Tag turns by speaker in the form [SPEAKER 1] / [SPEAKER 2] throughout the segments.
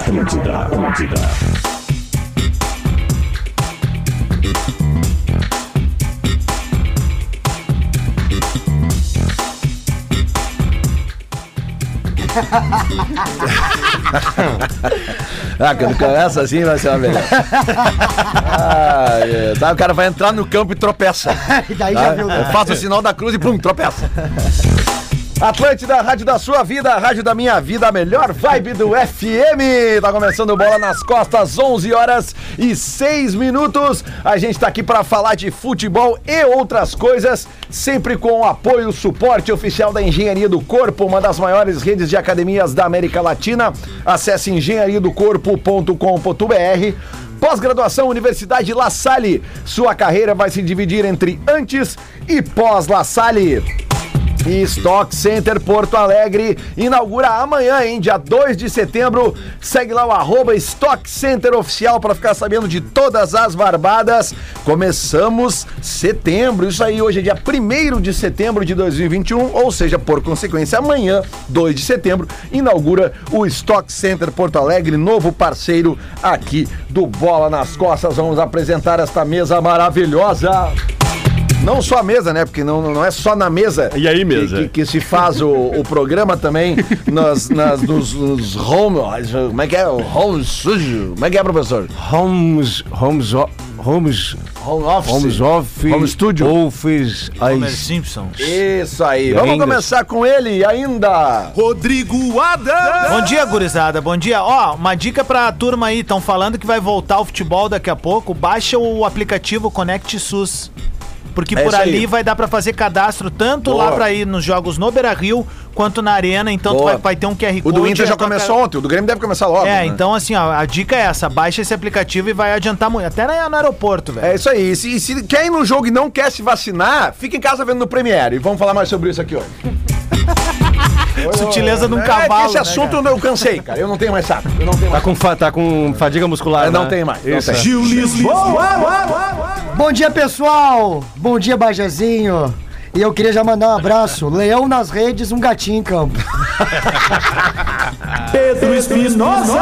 [SPEAKER 1] Atlântida, Atlântida.
[SPEAKER 2] Ah, quando começa assim vai ser uma melhor. Ah, é. Sabe, o cara vai entrar no campo e tropeça.
[SPEAKER 3] E daí já
[SPEAKER 2] Tá?
[SPEAKER 3] viu,
[SPEAKER 2] Eu
[SPEAKER 3] né?
[SPEAKER 2] faço o sinal da cruz e pum, tropeça. Atlântida, a rádio da sua vida, a rádio da minha vida, a melhor vibe do FM. Tá começando o bola nas costas, 11 horas e 6 minutos. A gente tá aqui pra falar de futebol e outras coisas, sempre com o apoio, suporte oficial da Engenharia do Corpo, uma das maiores redes de academias da América Latina. Acesse engenhariadocorpo.com.br Pós-graduação Universidade La Salle. Sua carreira vai se dividir entre antes e pós-La Salle. E Stock Center Porto Alegre inaugura amanhã, hein, dia 2 de setembro. Segue lá o arroba Stock Center Oficial para ficar sabendo de todas as barbadas. Começamos setembro, isso aí hoje é dia 1 de setembro de 2021, ou seja, por consequência, amanhã, 2 de setembro, inaugura o Stock Center Porto Alegre, novo parceiro aqui do Bola nas Costas. Vamos apresentar esta mesa maravilhosa. Não só a mesa, né? Porque não, não é só na mesa.
[SPEAKER 1] E aí,
[SPEAKER 2] que-
[SPEAKER 1] mesa?
[SPEAKER 2] Que, que se faz o, o programa também nas, nas, nos, nos home. Como é que é? O home sujo? Como é que é, professor?
[SPEAKER 4] Homes, homes, o- homes,
[SPEAKER 2] Home office.
[SPEAKER 4] homes off,
[SPEAKER 2] Home studio.
[SPEAKER 4] office,
[SPEAKER 5] Homer
[SPEAKER 4] ice.
[SPEAKER 5] Simpson.
[SPEAKER 2] Isso aí. Vamos
[SPEAKER 4] ainda?
[SPEAKER 2] começar com ele ainda.
[SPEAKER 1] Rodrigo Adam.
[SPEAKER 5] Bom dia, gurizada. Bom dia. Ó, uma dica pra turma aí. Estão falando que vai voltar o futebol daqui a pouco. Baixa o aplicativo Connect SUS. Porque
[SPEAKER 2] É
[SPEAKER 5] por
[SPEAKER 2] isso
[SPEAKER 5] ali
[SPEAKER 2] aí.
[SPEAKER 5] vai dar pra fazer cadastro tanto
[SPEAKER 2] Boa.
[SPEAKER 5] lá pra ir nos jogos no Beira Rio quanto na Arena. Então tu
[SPEAKER 2] Boa.
[SPEAKER 5] vai, vai ter um QR
[SPEAKER 2] O
[SPEAKER 5] Code.
[SPEAKER 2] do Inter
[SPEAKER 5] e
[SPEAKER 2] já
[SPEAKER 5] a tua
[SPEAKER 2] começou ontem, o do Grêmio deve começar logo.
[SPEAKER 5] É,
[SPEAKER 2] né?
[SPEAKER 5] então assim, ó, a dica é essa, baixa esse aplicativo e vai adiantar muito. Até na- no aeroporto, velho.
[SPEAKER 2] É isso aí. E se, e se quer ir no jogo e não quer se vacinar, fica em casa vendo no Premiere. E vamos falar mais sobre isso aqui hoje.
[SPEAKER 5] Sutileza de um
[SPEAKER 2] É,
[SPEAKER 5] cavalo.
[SPEAKER 2] Esse
[SPEAKER 5] né,
[SPEAKER 2] assunto
[SPEAKER 5] cara?
[SPEAKER 2] eu cansei, cara. Eu não tenho mais saco. Eu não tenho
[SPEAKER 4] Tá
[SPEAKER 2] mais.
[SPEAKER 4] com, fa- tá com fadiga muscular,
[SPEAKER 2] Eu
[SPEAKER 4] né?
[SPEAKER 2] não tenho mais. Não
[SPEAKER 4] Isso.
[SPEAKER 2] tenho.
[SPEAKER 1] Gil Lisli.
[SPEAKER 3] Bom dia, pessoal. Bom dia, Bajazinho. E eu queria já mandar um abraço. Leão nas redes, um gatinho em campo.
[SPEAKER 1] Pedro Espinosa.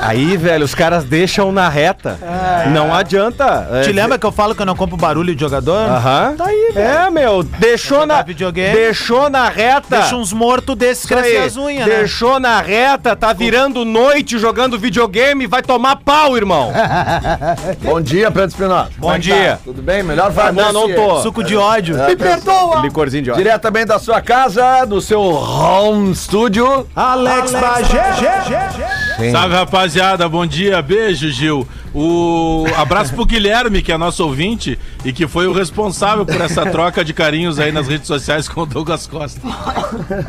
[SPEAKER 4] Aí, velho, os caras deixam na reta. Não adianta. É,
[SPEAKER 5] É. Te lembra que eu falo que eu não compro barulho de jogador?
[SPEAKER 4] Aham.
[SPEAKER 5] Tá aí, velho.
[SPEAKER 4] É, meu, deixou
[SPEAKER 5] jogar
[SPEAKER 4] na
[SPEAKER 5] videogame.
[SPEAKER 4] deixou na reta.
[SPEAKER 2] Tá.
[SPEAKER 5] Deixa uns mortos desses
[SPEAKER 4] Isso aí.
[SPEAKER 5] crescer as unhas, né?
[SPEAKER 4] Deixou na reta, tá virando noite jogando videogame, vai tomar pau, irmão.
[SPEAKER 2] Bom dia, Pedro Espinosa. é
[SPEAKER 4] Bom dia.
[SPEAKER 2] tá? Tudo bem? Melhor Ah, vai
[SPEAKER 4] não, não tô.
[SPEAKER 5] é Suco de ódio.
[SPEAKER 2] Me perdoa.
[SPEAKER 4] Licorzinho de óleo.
[SPEAKER 2] Diretamente da sua casa, do seu home studio.
[SPEAKER 1] Alex Bagé.
[SPEAKER 6] Salve, rapaziada. Bom dia. Beijo, Gil. O abraço pro Guilherme, que é nosso ouvinte e que foi o responsável por essa troca de carinhos aí nas redes sociais com o Douglas Costa.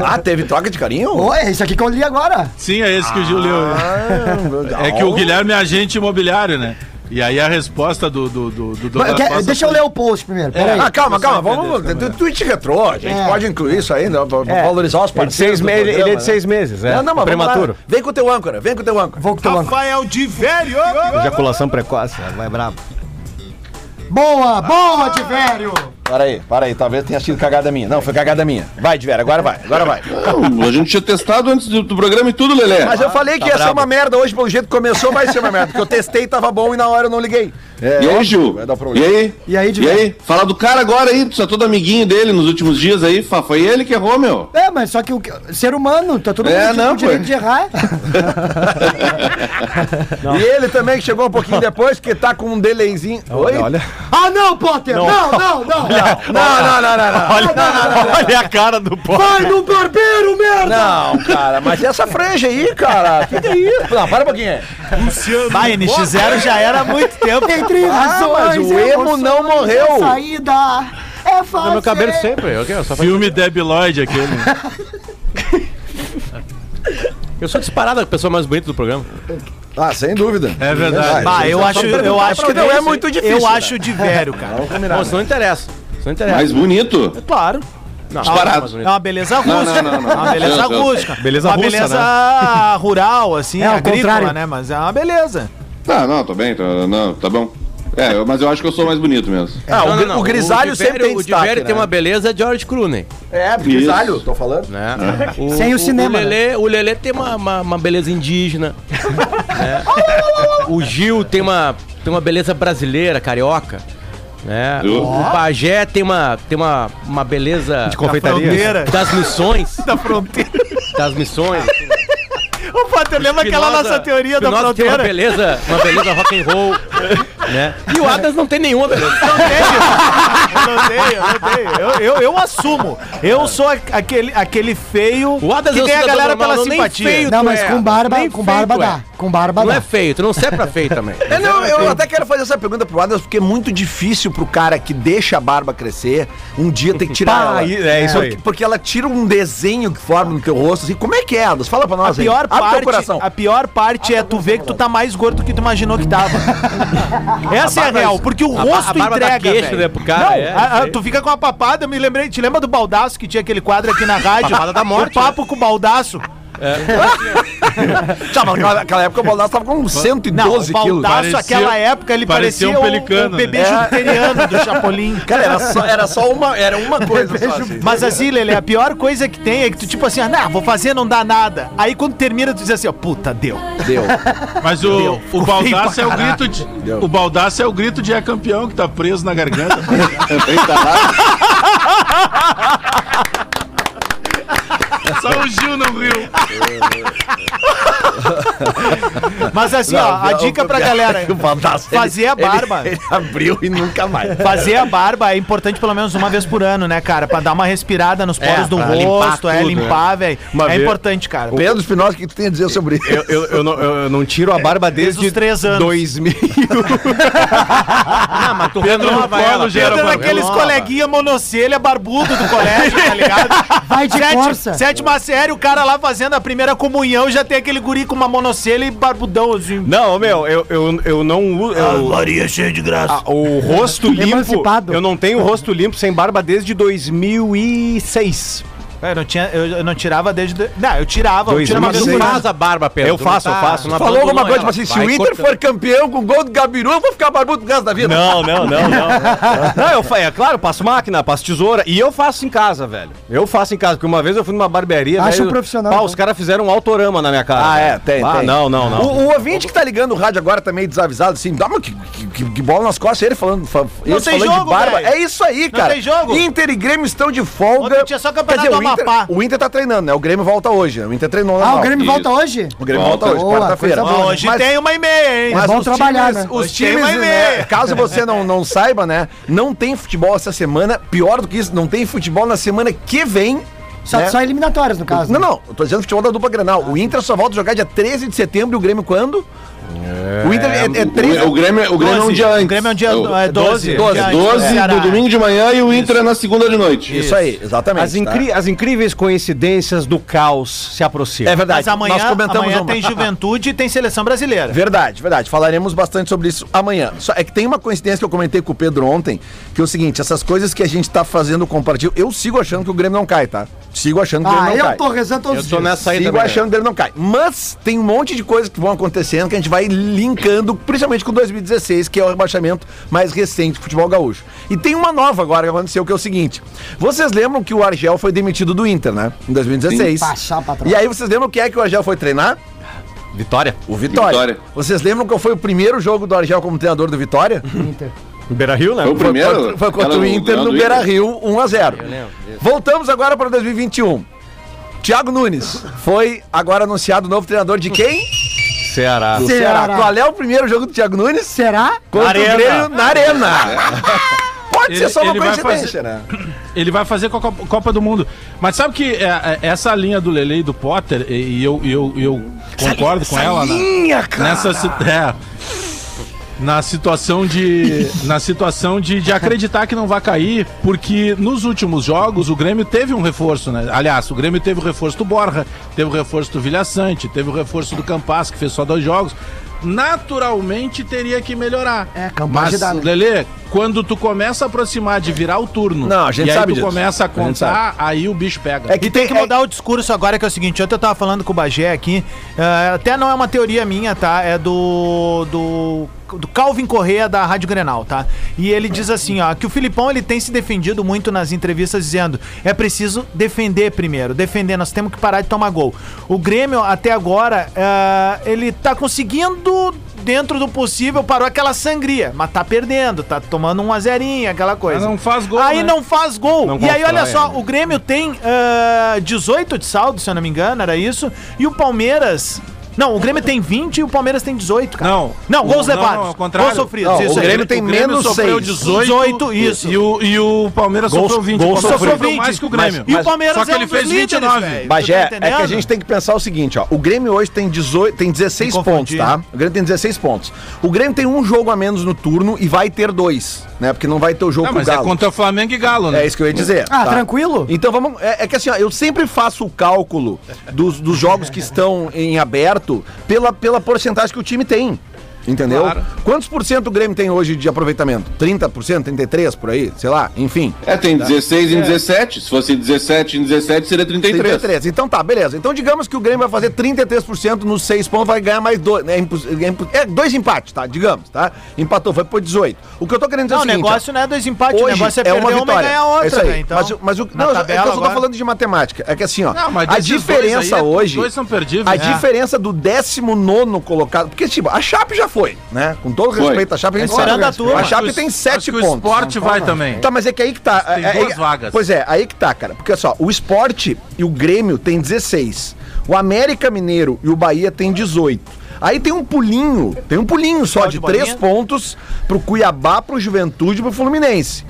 [SPEAKER 2] Ah, teve troca de carinho?
[SPEAKER 3] Oi, é isso aqui que eu li agora.
[SPEAKER 6] Sim, é esse que o Gil leu.
[SPEAKER 2] Ah,
[SPEAKER 6] É que o Guilherme é agente imobiliário, né? E aí a resposta do, do, do, do Douglas
[SPEAKER 3] Quer-
[SPEAKER 6] Costa
[SPEAKER 3] deixa eu
[SPEAKER 6] foi-
[SPEAKER 3] ler o post primeiro. Peraí.
[SPEAKER 2] Ah, calma, calma. Vamos.
[SPEAKER 6] Entendeu,
[SPEAKER 2] tu- Twitch retrô. A gente
[SPEAKER 3] É.
[SPEAKER 2] pode incluir isso aí, né? Pra- pra valorizar os
[SPEAKER 4] Ele é de
[SPEAKER 2] parceiros.
[SPEAKER 4] seis
[SPEAKER 2] do
[SPEAKER 4] meses,
[SPEAKER 2] programa,
[SPEAKER 4] ele é
[SPEAKER 2] né?
[SPEAKER 4] de seis meses, é.
[SPEAKER 2] Não, não, mas vamos lá.
[SPEAKER 4] prematuro.
[SPEAKER 2] Vem com o teu âncora, vem com o teu âncora.
[SPEAKER 3] Vou que tô
[SPEAKER 5] Rafael de velho.
[SPEAKER 4] Ejaculação precoce, é, vai brabo.
[SPEAKER 3] um-
[SPEAKER 2] Ah.
[SPEAKER 3] Boa, boa, Tiverio.
[SPEAKER 2] Para aí, para aí. Talvez tenha sido cagada minha. Não, foi cagada minha. Vai, Diver, agora vai, agora vai.
[SPEAKER 7] A gente tinha testado antes do, do programa e tudo, Lelé.
[SPEAKER 2] Mas eu falei que ia ser uma merda hoje, pelo jeito que começou, vai ser uma merda. Porque eu testei, tava bom e na hora eu não liguei. É,
[SPEAKER 7] e aí,
[SPEAKER 2] óbvio,
[SPEAKER 7] Gil?
[SPEAKER 2] Vai dar
[SPEAKER 7] E
[SPEAKER 2] problema.
[SPEAKER 7] aí?
[SPEAKER 3] E aí,
[SPEAKER 7] E
[SPEAKER 3] Diver?
[SPEAKER 7] aí? Fala do cara agora aí, tu é todo amiguinho dele nos últimos dias aí, fa- foi ele que errou, meu.
[SPEAKER 3] É, mas só que o que- ser humano, tá todo mundo
[SPEAKER 7] É,
[SPEAKER 3] tem
[SPEAKER 7] não,
[SPEAKER 3] o direito
[SPEAKER 7] pô.
[SPEAKER 3] de errar.
[SPEAKER 2] E ele também, que chegou um pouquinho depois, que tá com um delayzinho. Oi?
[SPEAKER 4] Olha.
[SPEAKER 3] Ah, não, Potter! Não, não,
[SPEAKER 2] Não,
[SPEAKER 3] não!
[SPEAKER 2] não, não, não, não.
[SPEAKER 4] Olha, olha a cara do pobre.
[SPEAKER 3] Vai no barbeiro, merda!
[SPEAKER 2] Não, cara, mas e essa franja aí, cara? Que que é isso? Não, para um pouquinho.
[SPEAKER 5] Vai, NX0 já era há muito tempo.
[SPEAKER 3] Entre razões,
[SPEAKER 2] mas o emo não
[SPEAKER 3] emoções,
[SPEAKER 2] morreu.
[SPEAKER 3] a Saída é fácil.
[SPEAKER 4] Meu cabelo sempre, eu, eu só faço-
[SPEAKER 6] Filme Debbie Lloyd aquele. né?
[SPEAKER 4] eu sou disparado a pessoa mais bonita do programa.
[SPEAKER 2] Ah, sem dúvida.
[SPEAKER 6] É verdade.
[SPEAKER 5] Bah, eu acho, eu acho que
[SPEAKER 2] não é muito difícil,
[SPEAKER 5] Eu
[SPEAKER 2] né?
[SPEAKER 5] acho de velho, cara.
[SPEAKER 4] Não, isso não
[SPEAKER 8] né?
[SPEAKER 4] interessa. Isso não interessa.
[SPEAKER 7] Mais bonito.
[SPEAKER 5] Claro.
[SPEAKER 4] Não,
[SPEAKER 7] disparado.
[SPEAKER 4] mais
[SPEAKER 5] É
[SPEAKER 4] bonito.
[SPEAKER 5] uma beleza rústica.
[SPEAKER 7] não, não, não.
[SPEAKER 5] É uma beleza
[SPEAKER 7] Eu- eu-
[SPEAKER 5] rústica.
[SPEAKER 4] Beleza
[SPEAKER 5] uma
[SPEAKER 4] russa,
[SPEAKER 5] beleza rural, assim,
[SPEAKER 3] É, ao
[SPEAKER 5] agrícola,
[SPEAKER 3] contrário.
[SPEAKER 5] né? Mas é uma beleza.
[SPEAKER 7] Tá, não, tô bem, tô- não, tá bom. É, eu- mas eu acho que eu sou mais bonito mesmo.
[SPEAKER 5] É,
[SPEAKER 2] Ah, o,
[SPEAKER 8] Não,
[SPEAKER 2] gri-
[SPEAKER 8] não, não.
[SPEAKER 2] o grisalho
[SPEAKER 8] Diverio-
[SPEAKER 2] sempre tem
[SPEAKER 8] O
[SPEAKER 2] destaque,
[SPEAKER 8] Diverio tem
[SPEAKER 2] né?
[SPEAKER 8] uma beleza George Clooney.
[SPEAKER 2] É,
[SPEAKER 7] Isso.
[SPEAKER 2] grisalho, tô falando.
[SPEAKER 8] Né?
[SPEAKER 3] Sem o cinema,
[SPEAKER 8] O Lelê, o Lelê tem uma, uma, uma beleza indígena. né? O Gil tem uma, tem uma beleza brasileira, carioca. Né?
[SPEAKER 7] Eu-
[SPEAKER 8] O o Bagé tem uma, tem uma, uma beleza
[SPEAKER 5] Fronteira.
[SPEAKER 8] das missões.
[SPEAKER 5] Da fronteira.
[SPEAKER 8] Das missões.
[SPEAKER 5] Ô, Potter, lembra aquela
[SPEAKER 8] Espinosa-
[SPEAKER 5] nossa teoria da
[SPEAKER 8] Espinosa tem
[SPEAKER 5] fronteira?
[SPEAKER 8] Uma beleza, uma beleza rock and roll. Né? E o Adams não tem nenhuma beleza.
[SPEAKER 5] Eu odeio, eu odeio. Eu, eu, eu assumo. Eu sou a- aquele, aquele feio
[SPEAKER 8] O Adams é
[SPEAKER 5] que
[SPEAKER 8] um
[SPEAKER 5] ganha a
[SPEAKER 8] cidadão
[SPEAKER 5] galera
[SPEAKER 8] normal,
[SPEAKER 5] pela
[SPEAKER 8] não, nem
[SPEAKER 5] simpatia.
[SPEAKER 8] feio.
[SPEAKER 3] Não, mas
[SPEAKER 8] É,
[SPEAKER 3] com barba,
[SPEAKER 8] nem
[SPEAKER 3] com barba
[SPEAKER 8] feito,
[SPEAKER 3] dá. Com barba
[SPEAKER 8] Não
[SPEAKER 3] dá.
[SPEAKER 8] é feio, tu não serve pra feio também.
[SPEAKER 2] É, não, eu até quero fazer essa pergunta pro Adams, porque é muito difícil pro cara que deixa a barba crescer, um dia ter que tirar ela.
[SPEAKER 4] aí- é isso aí.
[SPEAKER 2] Porque, porque ela tira um desenho que forma no teu rosto, assim, como é que é, Adams? Fala pra
[SPEAKER 5] A
[SPEAKER 2] nós
[SPEAKER 5] pior,
[SPEAKER 2] Abre teu
[SPEAKER 5] parte,
[SPEAKER 2] coração.
[SPEAKER 5] a pior parte é tu ver que tu tá mais gordo do que tu imaginou que tava. Essa é a real, porque o
[SPEAKER 8] a
[SPEAKER 5] rosto
[SPEAKER 8] barba dá
[SPEAKER 5] entrega,
[SPEAKER 8] queixo,
[SPEAKER 5] velho.
[SPEAKER 8] né, pro cara,
[SPEAKER 5] Não,
[SPEAKER 8] é,
[SPEAKER 5] a- a-
[SPEAKER 8] isso aí.
[SPEAKER 5] tu fica com a papada, eu me lembrei, te lembra do Baldaço que tinha aquele quadro aqui na rádio?
[SPEAKER 8] Papada da morte, né?
[SPEAKER 5] O papo com o Baldaço.
[SPEAKER 2] Tá, mas naquela- naquela época o Baldassi tava com 112
[SPEAKER 5] o
[SPEAKER 2] quilos.
[SPEAKER 5] Baldaço,
[SPEAKER 6] Parecia-
[SPEAKER 5] aquela época, ele
[SPEAKER 6] parecia
[SPEAKER 5] parecia,
[SPEAKER 6] um
[SPEAKER 5] o-
[SPEAKER 6] pelicano,
[SPEAKER 5] o bebê
[SPEAKER 2] né?
[SPEAKER 5] jupiteriano do Chapolin.
[SPEAKER 2] Cara, era só, era só uma, era uma coisa só, assim.
[SPEAKER 5] Mas assim, Lele, a pior coisa que tem é que tu, tipo assim, ah, não, vou fazer, não dá nada. Aí quando termina, tu diz assim, ó, puta, deu.
[SPEAKER 2] Deu.
[SPEAKER 6] Mas o, o Baldaço é o grito de. O Baldaço é o grito de é campeão que tá preso na garganta.
[SPEAKER 2] tá
[SPEAKER 6] Só o Gil não riu.
[SPEAKER 5] Mas assim, ó, a dica pra galera.
[SPEAKER 2] O Baldassi, ele-
[SPEAKER 5] Fazer a
[SPEAKER 2] ele-
[SPEAKER 5] barba.
[SPEAKER 2] ele abriu e nunca mais.
[SPEAKER 5] Fazer a barba é importante pelo menos uma vez por ano, né, cara? Pra dar uma respirada
[SPEAKER 4] É,
[SPEAKER 5] nos poros do
[SPEAKER 8] pra limpar
[SPEAKER 5] rosto, é
[SPEAKER 8] tudo,
[SPEAKER 5] limpar, velho.
[SPEAKER 4] né? Uma
[SPEAKER 5] É
[SPEAKER 4] vez-
[SPEAKER 5] importante, cara.
[SPEAKER 2] Pedro Espinosa, o que tu tem a dizer sobre isso?
[SPEAKER 4] Eu, eu, eu, não, eu- eu não tiro a barba
[SPEAKER 5] Desde
[SPEAKER 4] desde,
[SPEAKER 5] os três anos.
[SPEAKER 4] 2000.
[SPEAKER 8] Ah, mas tu
[SPEAKER 6] Pedro no
[SPEAKER 8] renova ela.
[SPEAKER 6] colo já era
[SPEAKER 5] Pedro
[SPEAKER 6] pra-
[SPEAKER 5] naqueles coleguinha monocelha barbudo do colégio, tá
[SPEAKER 2] é
[SPEAKER 5] ligado?
[SPEAKER 3] Vai de Corsa.
[SPEAKER 5] sétima série, o cara lá fazendo a primeira comunhão já tem aquele guri com uma monocelha e barbudão, assim.
[SPEAKER 4] Não, meu, eu, eu, eu não uso. Eu,
[SPEAKER 5] Maria cheia de graça.
[SPEAKER 4] a- Ah, o rosto limpo.
[SPEAKER 3] Emancipado.
[SPEAKER 4] Eu não tenho rosto limpo sem barba desde 2006.
[SPEAKER 5] É, Eu não, tinha, eu, eu não tirava desde. do- Não, eu tirava. Eu
[SPEAKER 4] Dois
[SPEAKER 5] tirava
[SPEAKER 4] mil e
[SPEAKER 5] mesmo
[SPEAKER 8] Tu
[SPEAKER 4] seis.
[SPEAKER 5] braço.
[SPEAKER 8] faz a barba, Pedro.
[SPEAKER 4] Eu
[SPEAKER 8] tu não tá.
[SPEAKER 4] faço, eu faço.
[SPEAKER 8] tu não
[SPEAKER 2] Falou alguma coisa,
[SPEAKER 8] abandona
[SPEAKER 2] tipo
[SPEAKER 8] ela.
[SPEAKER 2] assim, se
[SPEAKER 8] Vai
[SPEAKER 2] o Inter
[SPEAKER 8] cortando.
[SPEAKER 2] for campeão com gol do Gabiru, eu vou ficar barbudo o resto da vida.
[SPEAKER 4] Não, não, não, não. Não, eu fa- é claro, eu passo máquina, passo tesoura. E eu faço em casa, velho. Eu faço em casa, porque uma vez eu fui numa barbearia.
[SPEAKER 3] Acha
[SPEAKER 4] velho,
[SPEAKER 3] um profissional,
[SPEAKER 4] pá,
[SPEAKER 3] então.
[SPEAKER 4] os caras fizeram um autorama na minha cara.
[SPEAKER 2] Ah,
[SPEAKER 4] velho.
[SPEAKER 2] é, tem,
[SPEAKER 4] Ah,
[SPEAKER 2] tem.
[SPEAKER 4] não, não, não.
[SPEAKER 2] O, o ouvinte que tá ligando o rádio agora também desavisado, assim, dá uma que, que- que- que bola nas costas, ele falando, fa, ele
[SPEAKER 5] tem
[SPEAKER 2] falando
[SPEAKER 5] jogo,
[SPEAKER 2] de barba.
[SPEAKER 5] velho.
[SPEAKER 2] É isso aí, cara.
[SPEAKER 5] tem jogo.
[SPEAKER 2] Inter e Grêmio estão de folga.
[SPEAKER 5] Ontem tinha só campeonato
[SPEAKER 2] Quer dizer, o
[SPEAKER 5] do
[SPEAKER 2] Inter,
[SPEAKER 5] Amapá.
[SPEAKER 2] o Inter tá treinando, né? O Grêmio volta hoje, né? O Inter treinou lá.
[SPEAKER 3] Ah,
[SPEAKER 2] na
[SPEAKER 3] o Grêmio
[SPEAKER 7] Isso.
[SPEAKER 3] volta hoje?
[SPEAKER 2] O Grêmio volta, hoje,
[SPEAKER 3] Boa,
[SPEAKER 2] quarta-feira.
[SPEAKER 3] coisa boa,
[SPEAKER 5] Hoje Tá tem uma e meia, hein?
[SPEAKER 2] Mas
[SPEAKER 3] bom
[SPEAKER 2] os
[SPEAKER 3] trabalhar,
[SPEAKER 2] times,
[SPEAKER 3] né?
[SPEAKER 2] os
[SPEAKER 5] Hoje tem
[SPEAKER 2] times,
[SPEAKER 5] mais um,
[SPEAKER 2] né,
[SPEAKER 5] meia.
[SPEAKER 2] caso você não, não saiba, né? Não tem futebol essa semana. Pior do que isso, não tem futebol na semana que vem.
[SPEAKER 3] Só,
[SPEAKER 4] É.
[SPEAKER 2] né?
[SPEAKER 3] só eliminatórias, no caso.
[SPEAKER 2] Não, não, eu tô dizendo futebol da dupla Grenal. O Inter só volta a jogar dia 13 de setembro e o Grêmio quando? O Inter é, é 13.
[SPEAKER 7] O, o Grêmio, o Grêmio é um dia antes.
[SPEAKER 5] O Grêmio é um dia
[SPEAKER 7] o,
[SPEAKER 5] é 12.
[SPEAKER 2] 12,
[SPEAKER 5] dia antes do
[SPEAKER 7] 12
[SPEAKER 5] Ceará.
[SPEAKER 7] do domingo de manhã e o Inter é na segunda de noite.
[SPEAKER 2] Isso aí, exatamente.
[SPEAKER 4] As, incri- as incríveis coincidências do caos se
[SPEAKER 2] tá?
[SPEAKER 4] aproximam.
[SPEAKER 2] É verdade.
[SPEAKER 5] Mas amanhã,
[SPEAKER 2] nós comentamos
[SPEAKER 5] amanhã
[SPEAKER 2] uma.
[SPEAKER 5] tem juventude e tem seleção brasileira.
[SPEAKER 2] Verdade, verdade. Falaremos bastante sobre isso amanhã. Só é que tem uma coincidência que eu comentei com o Pedro ontem, que é o seguinte, essas coisas que a gente tá fazendo compartilho, eu sigo achando que o Grêmio não cai, tá? Sigo achando que o
[SPEAKER 3] Ah,
[SPEAKER 2] Grêmio não cai.
[SPEAKER 3] eu tô rezando todos
[SPEAKER 8] Eu
[SPEAKER 3] os
[SPEAKER 8] tô
[SPEAKER 3] dias.
[SPEAKER 8] nessa aí
[SPEAKER 2] Sigo
[SPEAKER 8] também.
[SPEAKER 2] achando que ele não cai. Mas tem um monte de coisas que vão acontecendo que a gente vai linkando, principalmente com 2016, que é o rebaixamento mais recente do futebol gaúcho. E tem uma nova agora que aconteceu, que é o seguinte. Vocês lembram que o Argel foi demitido do Inter, né? Em 2016.
[SPEAKER 3] Sim. Passar pra trás.
[SPEAKER 2] E aí vocês lembram o que é que o Argel foi treinar?
[SPEAKER 4] Vitória.
[SPEAKER 2] O Vitória.
[SPEAKER 7] Vitória.
[SPEAKER 2] Vocês lembram qual foi o primeiro jogo do Argel como treinador do Vitória?
[SPEAKER 4] Beira Rio, né?
[SPEAKER 7] Foi o primeiro?
[SPEAKER 2] Foi, foi contra
[SPEAKER 7] Cara,
[SPEAKER 2] o Inter
[SPEAKER 7] Leandro
[SPEAKER 2] no Beira Rio, 1x0.
[SPEAKER 8] lembro disso.
[SPEAKER 2] Voltamos agora para 2021. Thiago Nunes foi agora anunciado novo treinador de quem?
[SPEAKER 4] Ceará.
[SPEAKER 2] Do Ceará. Qual é o primeiro jogo do Thiago Nunes?
[SPEAKER 3] Será?
[SPEAKER 2] Contra
[SPEAKER 4] Arena.
[SPEAKER 2] o Grêmio na Arena. Pode ser
[SPEAKER 6] Ele-
[SPEAKER 2] só uma
[SPEAKER 6] ele vai
[SPEAKER 2] coincidência, né?
[SPEAKER 6] Ele vai fazer com a Copa- Copa do Mundo. Mas sabe que é, é, essa linha do Lele e do Potter, e, e eu, e eu, eu concordo com ela, né? Nessa si- é, na situação de na situação de, de acreditar que não vai cair, porque nos últimos jogos o Grêmio teve um reforço, né? Aliás, o Grêmio teve o reforço do Borja, teve o reforço do Vilhaçante, teve o reforço do Campas, que fez só dois jogos. Naturalmente teria que melhorar.
[SPEAKER 3] É, Campas
[SPEAKER 6] Mas,
[SPEAKER 3] dá, né?
[SPEAKER 6] Lele, quando tu começa a aproximar de virar o turno,
[SPEAKER 2] Não, a gente
[SPEAKER 6] e aí
[SPEAKER 2] sabe
[SPEAKER 6] tu
[SPEAKER 2] disso.
[SPEAKER 6] começa a
[SPEAKER 2] A gente
[SPEAKER 6] contar, aí o bicho pega.
[SPEAKER 2] É que tem
[SPEAKER 5] Tem que mudar o discurso agora, que é o seguinte, ontem eu tava falando com o Bagé aqui, eh, até não é uma teoria minha, tá? É do. do. do Calvin Correa da Rádio Grenal, tá? E ele diz assim, ó, que o Filipão ele tem se defendido muito nas entrevistas, dizendo é preciso defender primeiro, defender, nós temos que parar de tomar gol. O Grêmio, até agora, eh, ele tá conseguindo. Dentro do possível, parou aquela sangria, mas tá perdendo, tá tomando um a zerinho, aquela coisa.
[SPEAKER 6] Mas não faz gol,
[SPEAKER 5] Aí
[SPEAKER 6] né?
[SPEAKER 5] não faz gol.
[SPEAKER 4] Não
[SPEAKER 5] e aí, olha
[SPEAKER 4] constrói,
[SPEAKER 5] só,
[SPEAKER 4] né?
[SPEAKER 5] o Grêmio tem ah, 18 de saldo, se eu não me engano, era isso. E o Palmeiras. Não, o Grêmio tem 20 e o Palmeiras tem 18, cara.
[SPEAKER 6] Não.
[SPEAKER 5] Não, gols
[SPEAKER 6] O- não,
[SPEAKER 5] levados.
[SPEAKER 6] não, é o contrário.
[SPEAKER 5] Gols sofridos.
[SPEAKER 2] Não,
[SPEAKER 5] isso
[SPEAKER 2] o
[SPEAKER 5] aí.
[SPEAKER 2] Grêmio tem menos
[SPEAKER 6] sofreu
[SPEAKER 2] seis.
[SPEAKER 6] 18,
[SPEAKER 5] 18, isso.
[SPEAKER 6] E o, e o Palmeiras
[SPEAKER 2] Gol-
[SPEAKER 6] sofreu 20.
[SPEAKER 2] gol
[SPEAKER 6] o Palmeiras
[SPEAKER 2] sofrido.
[SPEAKER 6] sofreu mais que o Grêmio.
[SPEAKER 5] E o Palmeiras
[SPEAKER 6] Só que
[SPEAKER 5] é um
[SPEAKER 6] ele
[SPEAKER 5] dos
[SPEAKER 6] fez
[SPEAKER 5] líderes,
[SPEAKER 6] 29.
[SPEAKER 5] velho.
[SPEAKER 2] Bagé,
[SPEAKER 5] Tu tá
[SPEAKER 2] é que a
[SPEAKER 5] entendendo?
[SPEAKER 2] gente tem que pensar o seguinte, ó. O Grêmio hoje tem, 18, tem 16
[SPEAKER 5] Me
[SPEAKER 2] pontos,
[SPEAKER 5] confundi.
[SPEAKER 2] tá? O Grêmio tem 16 pontos. O Grêmio tem um jogo a menos no turno e vai ter dois, né? Porque não vai ter o jogo
[SPEAKER 6] Não,
[SPEAKER 2] com o
[SPEAKER 6] mas é
[SPEAKER 2] Galo.
[SPEAKER 6] contra Flamengo e Galo, né?
[SPEAKER 2] É isso que eu ia dizer.
[SPEAKER 3] Ah, tranquilo?
[SPEAKER 2] Então vamos. É, é que assim, ó, eu sempre faço o cálculo dos, dos jogos que estão em aberto pela, pela porcentagem que o time tem. Entendeu?
[SPEAKER 6] Claro.
[SPEAKER 2] Quantos por cento o Grêmio tem hoje de aproveitamento? 30%, 33% por aí? Sei lá, enfim.
[SPEAKER 7] É, tem 16 em 17. Se fosse 17 em 17, seria 33.
[SPEAKER 2] 33. Então tá, beleza. Então digamos que o Grêmio vai fazer 33% nos seis pontos, vai ganhar mais dois. né? É, impos- é impo- é, dois empates, tá? Digamos, tá? Empatou, foi por 18. O que eu tô querendo dizer
[SPEAKER 5] Não,
[SPEAKER 2] é o
[SPEAKER 5] o
[SPEAKER 2] seguinte. ó.
[SPEAKER 5] negócio não é dois empates, o
[SPEAKER 2] Hoje
[SPEAKER 5] negócio é,
[SPEAKER 2] é
[SPEAKER 5] perder
[SPEAKER 2] uma
[SPEAKER 5] uma e
[SPEAKER 2] vitória.
[SPEAKER 5] ganhar
[SPEAKER 2] É
[SPEAKER 5] outra,
[SPEAKER 2] isso aí.
[SPEAKER 5] né, então.
[SPEAKER 2] Mas, o- mas o,
[SPEAKER 5] Na
[SPEAKER 2] não, é que eu
[SPEAKER 5] tabela
[SPEAKER 2] só tô
[SPEAKER 5] agora.
[SPEAKER 2] falando de matemática. É que assim, ó,
[SPEAKER 6] Não, mas
[SPEAKER 2] a
[SPEAKER 6] desses dois
[SPEAKER 2] diferença
[SPEAKER 6] aí, é-
[SPEAKER 2] hoje.
[SPEAKER 6] Os dois são perdidos.
[SPEAKER 2] A
[SPEAKER 6] né?
[SPEAKER 2] diferença do 19 colocado. Porque, tipo, a Chape já foi, né? Com todo
[SPEAKER 7] Foi.
[SPEAKER 2] respeito, a Chape a gente
[SPEAKER 5] Esperando
[SPEAKER 2] sabe.
[SPEAKER 5] a turma.
[SPEAKER 2] A
[SPEAKER 6] Acho que
[SPEAKER 2] Chape
[SPEAKER 6] o-
[SPEAKER 2] tem
[SPEAKER 6] acho
[SPEAKER 2] 7
[SPEAKER 6] que
[SPEAKER 2] pontos.
[SPEAKER 6] O esporte vai também.
[SPEAKER 2] Tá, mas é que aí que tá.
[SPEAKER 6] Tem
[SPEAKER 2] é, é-
[SPEAKER 6] duas vagas.
[SPEAKER 2] Pois é, aí que tá, cara. Porque olha só, o esporte e o Grêmio tem 16. O América Mineiro e o Bahia tem 18. Aí tem um pulinho, tem um pulinho só
[SPEAKER 5] Só
[SPEAKER 2] de
[SPEAKER 5] de
[SPEAKER 2] três
[SPEAKER 5] bolinha?
[SPEAKER 2] pontos pro Cuiabá, pro Juventude e pro Fluminense.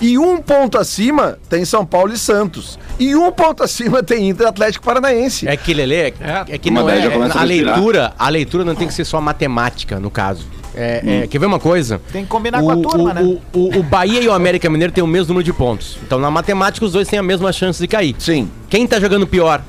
[SPEAKER 2] E um ponto acima tem São Paulo e Santos. E um ponto acima tem Inter e Atlético Paranaense.
[SPEAKER 8] É que Lelê, é,
[SPEAKER 6] É,
[SPEAKER 8] é que
[SPEAKER 7] mas
[SPEAKER 8] não
[SPEAKER 7] daí
[SPEAKER 8] é,
[SPEAKER 7] já começa a
[SPEAKER 8] a
[SPEAKER 7] respirar.
[SPEAKER 8] leitura, a leitura não tem que ser só matemática, no caso. É, é, quer ver uma coisa?
[SPEAKER 5] Tem que combinar com a turma,
[SPEAKER 8] o,
[SPEAKER 5] né?
[SPEAKER 8] O, o- o Bahia e o América Mineiro têm o mesmo número de pontos. Então, na matemática, os dois têm a mesma chance de cair.
[SPEAKER 2] Sim.
[SPEAKER 8] Quem tá jogando pior?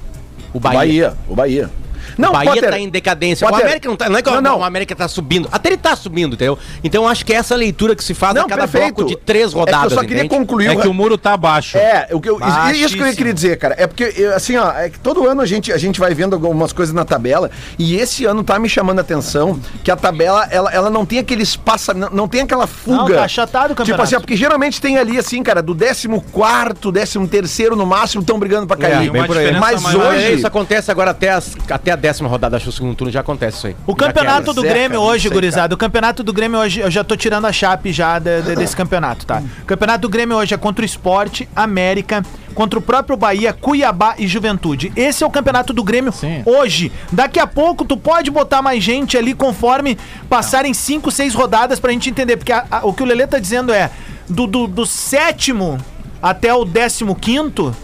[SPEAKER 8] O Bahia.
[SPEAKER 2] Bahia, o Bahia.
[SPEAKER 8] o Bahia
[SPEAKER 2] Potter,
[SPEAKER 8] tá em decadência.
[SPEAKER 2] Potter,
[SPEAKER 8] o América não tá. Não é que
[SPEAKER 2] Não,
[SPEAKER 8] o-
[SPEAKER 2] não.
[SPEAKER 8] o América tá subindo. Até ele tá subindo, entendeu? Então acho que essa leitura que se faz
[SPEAKER 2] Não,
[SPEAKER 8] a cada
[SPEAKER 2] perfeito.
[SPEAKER 8] bloco de três rodadas.
[SPEAKER 2] É que eu só queria
[SPEAKER 8] entende?
[SPEAKER 2] concluir
[SPEAKER 6] É que o muro tá baixo.
[SPEAKER 2] É, o que eu, isso- isso que eu
[SPEAKER 5] Baixíssimo.
[SPEAKER 2] queria dizer, cara. É porque, eu, assim, ó, é que todo ano a gente, a gente vai vendo algumas coisas na tabela e esse ano tá me chamando a atenção que a tabela, ela, ela não tem aquele espaço, não, não tem aquela fuga.
[SPEAKER 5] Não, tá achatado o
[SPEAKER 2] Tipo
[SPEAKER 5] campeonato.
[SPEAKER 2] assim, ó, porque geralmente tem ali, assim, cara, do 14, 13 no máximo, estão brigando pra
[SPEAKER 8] É,
[SPEAKER 2] cair.
[SPEAKER 8] tem uma
[SPEAKER 6] diferença
[SPEAKER 2] Mas
[SPEAKER 6] maior.
[SPEAKER 8] Hoje,
[SPEAKER 2] hoje...
[SPEAKER 8] É, isso acontece agora até, as- até a décima rodada, acho que o segundo turno já acontece isso aí.
[SPEAKER 5] O
[SPEAKER 8] Já
[SPEAKER 5] campeonato do
[SPEAKER 2] Zeca,
[SPEAKER 5] Grêmio
[SPEAKER 2] não
[SPEAKER 5] hoje,
[SPEAKER 2] sei,
[SPEAKER 5] gurizada, o campeonato do Grêmio hoje, eu já tô tirando a chape já de- de- desse campeonato, tá? O campeonato do Grêmio hoje é contra o Esporte, América, contra o próprio Bahia, Cuiabá e Juventude. Esse é o campeonato do Grêmio
[SPEAKER 6] Sim.
[SPEAKER 5] hoje. Daqui a pouco tu pode botar mais gente ali conforme passarem cinco, seis rodadas pra gente entender, porque a- a- o que o Lelê tá dizendo é, do, do- do sétimo até o décimo quinto...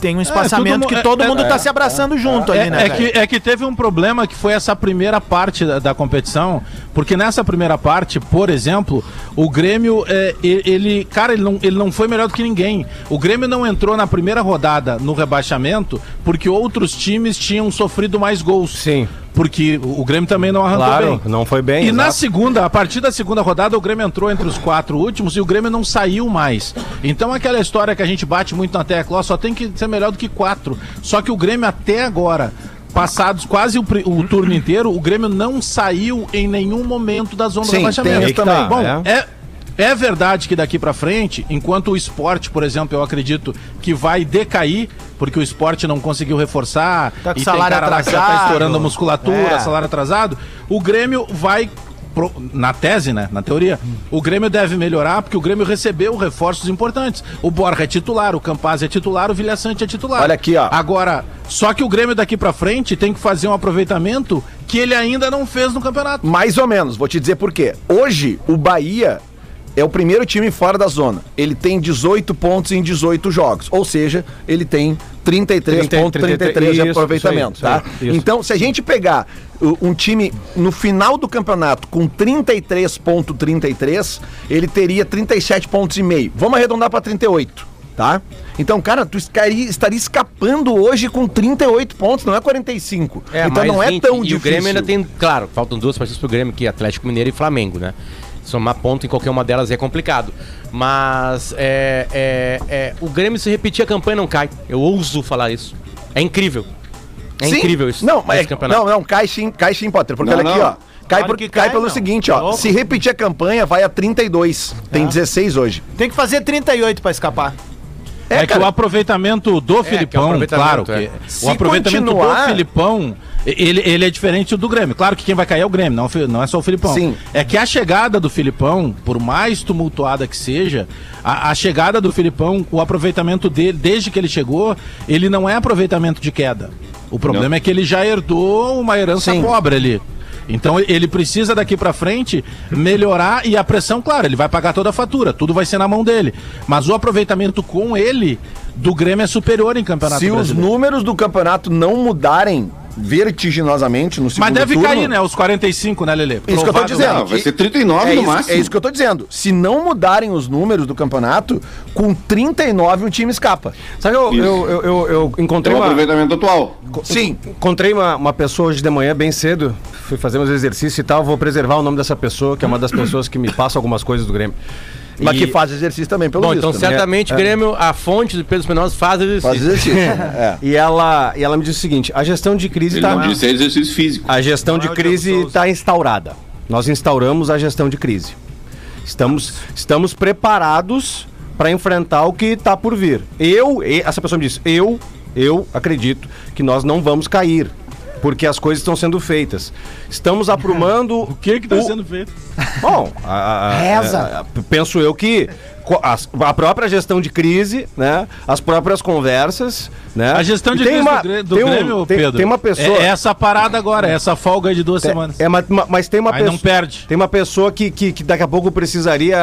[SPEAKER 5] Tem um espaçamento
[SPEAKER 6] mu-
[SPEAKER 5] que
[SPEAKER 6] é-
[SPEAKER 5] todo
[SPEAKER 6] é-
[SPEAKER 5] mundo tá se abraçando junto ali, né?
[SPEAKER 6] É, é
[SPEAKER 5] velho?
[SPEAKER 6] que, é que teve um problema que foi essa primeira parte da, da competição, porque nessa primeira parte, por exemplo, o Grêmio, é, e- ele, cara, ele não, ele não foi melhor do que ninguém. O Grêmio não entrou na primeira rodada no rebaixamento porque outros times tinham sofrido mais gols.
[SPEAKER 4] Sim.
[SPEAKER 6] Porque o o Grêmio também não arrancou
[SPEAKER 4] Claro,
[SPEAKER 6] bem.
[SPEAKER 4] não foi bem,
[SPEAKER 6] E na
[SPEAKER 4] exato.
[SPEAKER 6] segunda, a partir da segunda rodada, o Grêmio entrou entre os quatro últimos e o Grêmio não saiu mais. Então aquela história que a gente bate muito na tecla, ó, só tem que ser melhor do que quatro. Só que o Grêmio até agora, passados quase o, pri- o turno inteiro, o Grêmio não saiu em nenhum momento da zona
[SPEAKER 2] Sim,
[SPEAKER 6] do rebaixamento.
[SPEAKER 2] tem isso
[SPEAKER 6] Bom,
[SPEAKER 5] tá,
[SPEAKER 4] também.
[SPEAKER 5] né?
[SPEAKER 6] Bom, é... é verdade que daqui pra frente, enquanto o esporte, por exemplo, eu acredito que vai decair, porque o esporte não conseguiu reforçar,
[SPEAKER 5] Tá com
[SPEAKER 6] e
[SPEAKER 5] salário
[SPEAKER 6] tem cara lá que já tá
[SPEAKER 5] atrasado.
[SPEAKER 6] estourando a musculatura,
[SPEAKER 5] É.
[SPEAKER 6] salário atrasado, o Grêmio vai. pro- Na tese, né? Na teoria, o Grêmio deve melhorar porque o Grêmio recebeu reforços importantes. O Borja é titular, o Campaz é titular, o Vilha Sante é titular.
[SPEAKER 2] Olha aqui, ó.
[SPEAKER 6] Agora, só que o Grêmio daqui pra frente tem que fazer um aproveitamento que ele ainda não fez no campeonato.
[SPEAKER 2] Mais ou menos, vou te dizer por quê. Hoje, o Bahia é o primeiro time fora da zona. Ele tem 18 pontos em 18 jogos. Ou seja, ele tem 33,33 de
[SPEAKER 4] Isso,
[SPEAKER 2] aproveitamento,
[SPEAKER 4] isso aí,
[SPEAKER 2] tá?
[SPEAKER 4] isso aí, isso.
[SPEAKER 2] Então, se a gente pegar uh, um time no final do campeonato com 33,33, ele teria 37 pontos e meio. Vamos arredondar para 38, tá? Então, cara, tu escaria- estaria escapando hoje com 38 pontos, não é 45.
[SPEAKER 8] É,
[SPEAKER 2] então
[SPEAKER 8] mais
[SPEAKER 2] não é
[SPEAKER 8] 20.
[SPEAKER 2] tão
[SPEAKER 8] E
[SPEAKER 2] difícil.
[SPEAKER 8] o Grêmio ainda tem, claro, faltam duas partidas pro Grêmio, que é Atlético Mineiro e Flamengo, né? Somar ponto em qualquer uma delas é complicado. Mas é, é- é, o Grêmio, se repetir a campanha, não cai. Eu ouso falar isso. É incrível. É
[SPEAKER 2] Sim.
[SPEAKER 8] incrível isso.
[SPEAKER 2] Não, mas
[SPEAKER 8] esse campeonato.
[SPEAKER 2] não, não, cai sim, cai sim, Potter. Porque
[SPEAKER 7] Não,
[SPEAKER 2] olha aqui,
[SPEAKER 7] não.
[SPEAKER 2] ó. Cai,
[SPEAKER 5] Claro
[SPEAKER 2] por-
[SPEAKER 5] que
[SPEAKER 2] cai
[SPEAKER 5] cai,
[SPEAKER 2] pelo
[SPEAKER 5] não.
[SPEAKER 2] seguinte,
[SPEAKER 5] Tá
[SPEAKER 2] ó.
[SPEAKER 5] louco?
[SPEAKER 2] Se repetir a campanha, vai a 32. Tem 16 hoje.
[SPEAKER 5] Tem que fazer 38 pra escapar.
[SPEAKER 6] É, que
[SPEAKER 2] cara.
[SPEAKER 6] o aproveitamento do Filipão,
[SPEAKER 8] aproveitamento,
[SPEAKER 6] claro,
[SPEAKER 8] é.
[SPEAKER 6] que
[SPEAKER 2] Se
[SPEAKER 6] o aproveitamento
[SPEAKER 2] continuar-
[SPEAKER 6] do Filipão, ele, ele é diferente do Grêmio. Claro que quem vai cair é o Grêmio, não, o Fi- não é só o Filipão.
[SPEAKER 2] Sim.
[SPEAKER 6] É que a chegada do Filipão, por mais tumultuada que seja, a, a chegada do Filipão, o aproveitamento dele, desde que ele chegou, ele não é aproveitamento de queda. O problema é que ele já herdou uma herança pobre ali. Então ele precisa daqui pra frente melhorar e a pressão, claro, ele vai pagar toda a fatura, tudo vai ser na mão dele. Mas o aproveitamento com ele do Grêmio é superior em campeonato
[SPEAKER 2] Se os
[SPEAKER 6] brasileiro.
[SPEAKER 2] números do campeonato não mudarem vertiginosamente no segundo
[SPEAKER 6] Mas deve
[SPEAKER 2] turno,
[SPEAKER 6] cair, né? Os 45, né, Lele?
[SPEAKER 2] Isso que eu tô
[SPEAKER 6] Provável.
[SPEAKER 2] dizendo.
[SPEAKER 7] Não, vai ser 39
[SPEAKER 2] é
[SPEAKER 7] no
[SPEAKER 2] isso,
[SPEAKER 7] máximo.
[SPEAKER 2] É isso que eu tô dizendo. Se não mudarem os números do campeonato, com 39 o time escapa.
[SPEAKER 4] Sabe que eu,
[SPEAKER 7] Isso.
[SPEAKER 4] eu, eu, eu, eu
[SPEAKER 7] É
[SPEAKER 4] encontrei
[SPEAKER 7] o
[SPEAKER 4] uma,
[SPEAKER 7] aproveitamento atual.
[SPEAKER 2] Sim.
[SPEAKER 4] encontrei uma, uma pessoa hoje de manhã, bem cedo. Fui fazer meus exercícios e tal. Vou preservar o nome dessa pessoa, que é uma das pessoas que me passa algumas coisas do Grêmio.
[SPEAKER 2] Mas
[SPEAKER 4] E-
[SPEAKER 2] que faz exercício também, pelo
[SPEAKER 8] Bom,
[SPEAKER 2] visto,
[SPEAKER 8] então
[SPEAKER 2] né?
[SPEAKER 8] certamente o Grêmio, a fonte do Pedro Espinosa faz exercício.
[SPEAKER 2] Faz exercício. é.
[SPEAKER 4] E ela, e ela me disse o seguinte: a gestão de crise tá
[SPEAKER 7] Ele
[SPEAKER 4] está.
[SPEAKER 7] não disse é exercício físico.
[SPEAKER 4] A gestão de crise está instaurada. Nós instauramos a gestão de crise. Estamos, estamos preparados para enfrentar o que está por vir. Eu, e- essa pessoa me disse, eu, eu acredito que nós não vamos cair, porque as coisas estão sendo feitas. Estamos aprumando.
[SPEAKER 6] O que que tá sendo feito?
[SPEAKER 4] Bom, a- a- a-
[SPEAKER 3] Reza.
[SPEAKER 4] a- a- penso eu que co- as- a própria gestão de crise, né? As próprias conversas, né?
[SPEAKER 6] A gestão de
[SPEAKER 4] E tem
[SPEAKER 6] crise
[SPEAKER 4] uma-
[SPEAKER 6] do, Grê- do
[SPEAKER 4] tem um-
[SPEAKER 6] Grêmio,
[SPEAKER 4] tem-
[SPEAKER 6] Pedro.
[SPEAKER 4] Tem uma pessoa.
[SPEAKER 6] É essa parada agora, é essa folga de duas
[SPEAKER 4] Tem-
[SPEAKER 6] semanas.
[SPEAKER 4] É, mas, ma- mas tem uma
[SPEAKER 6] Aí não perde.
[SPEAKER 4] Tem uma pessoa que, que, que daqui a pouco precisaria,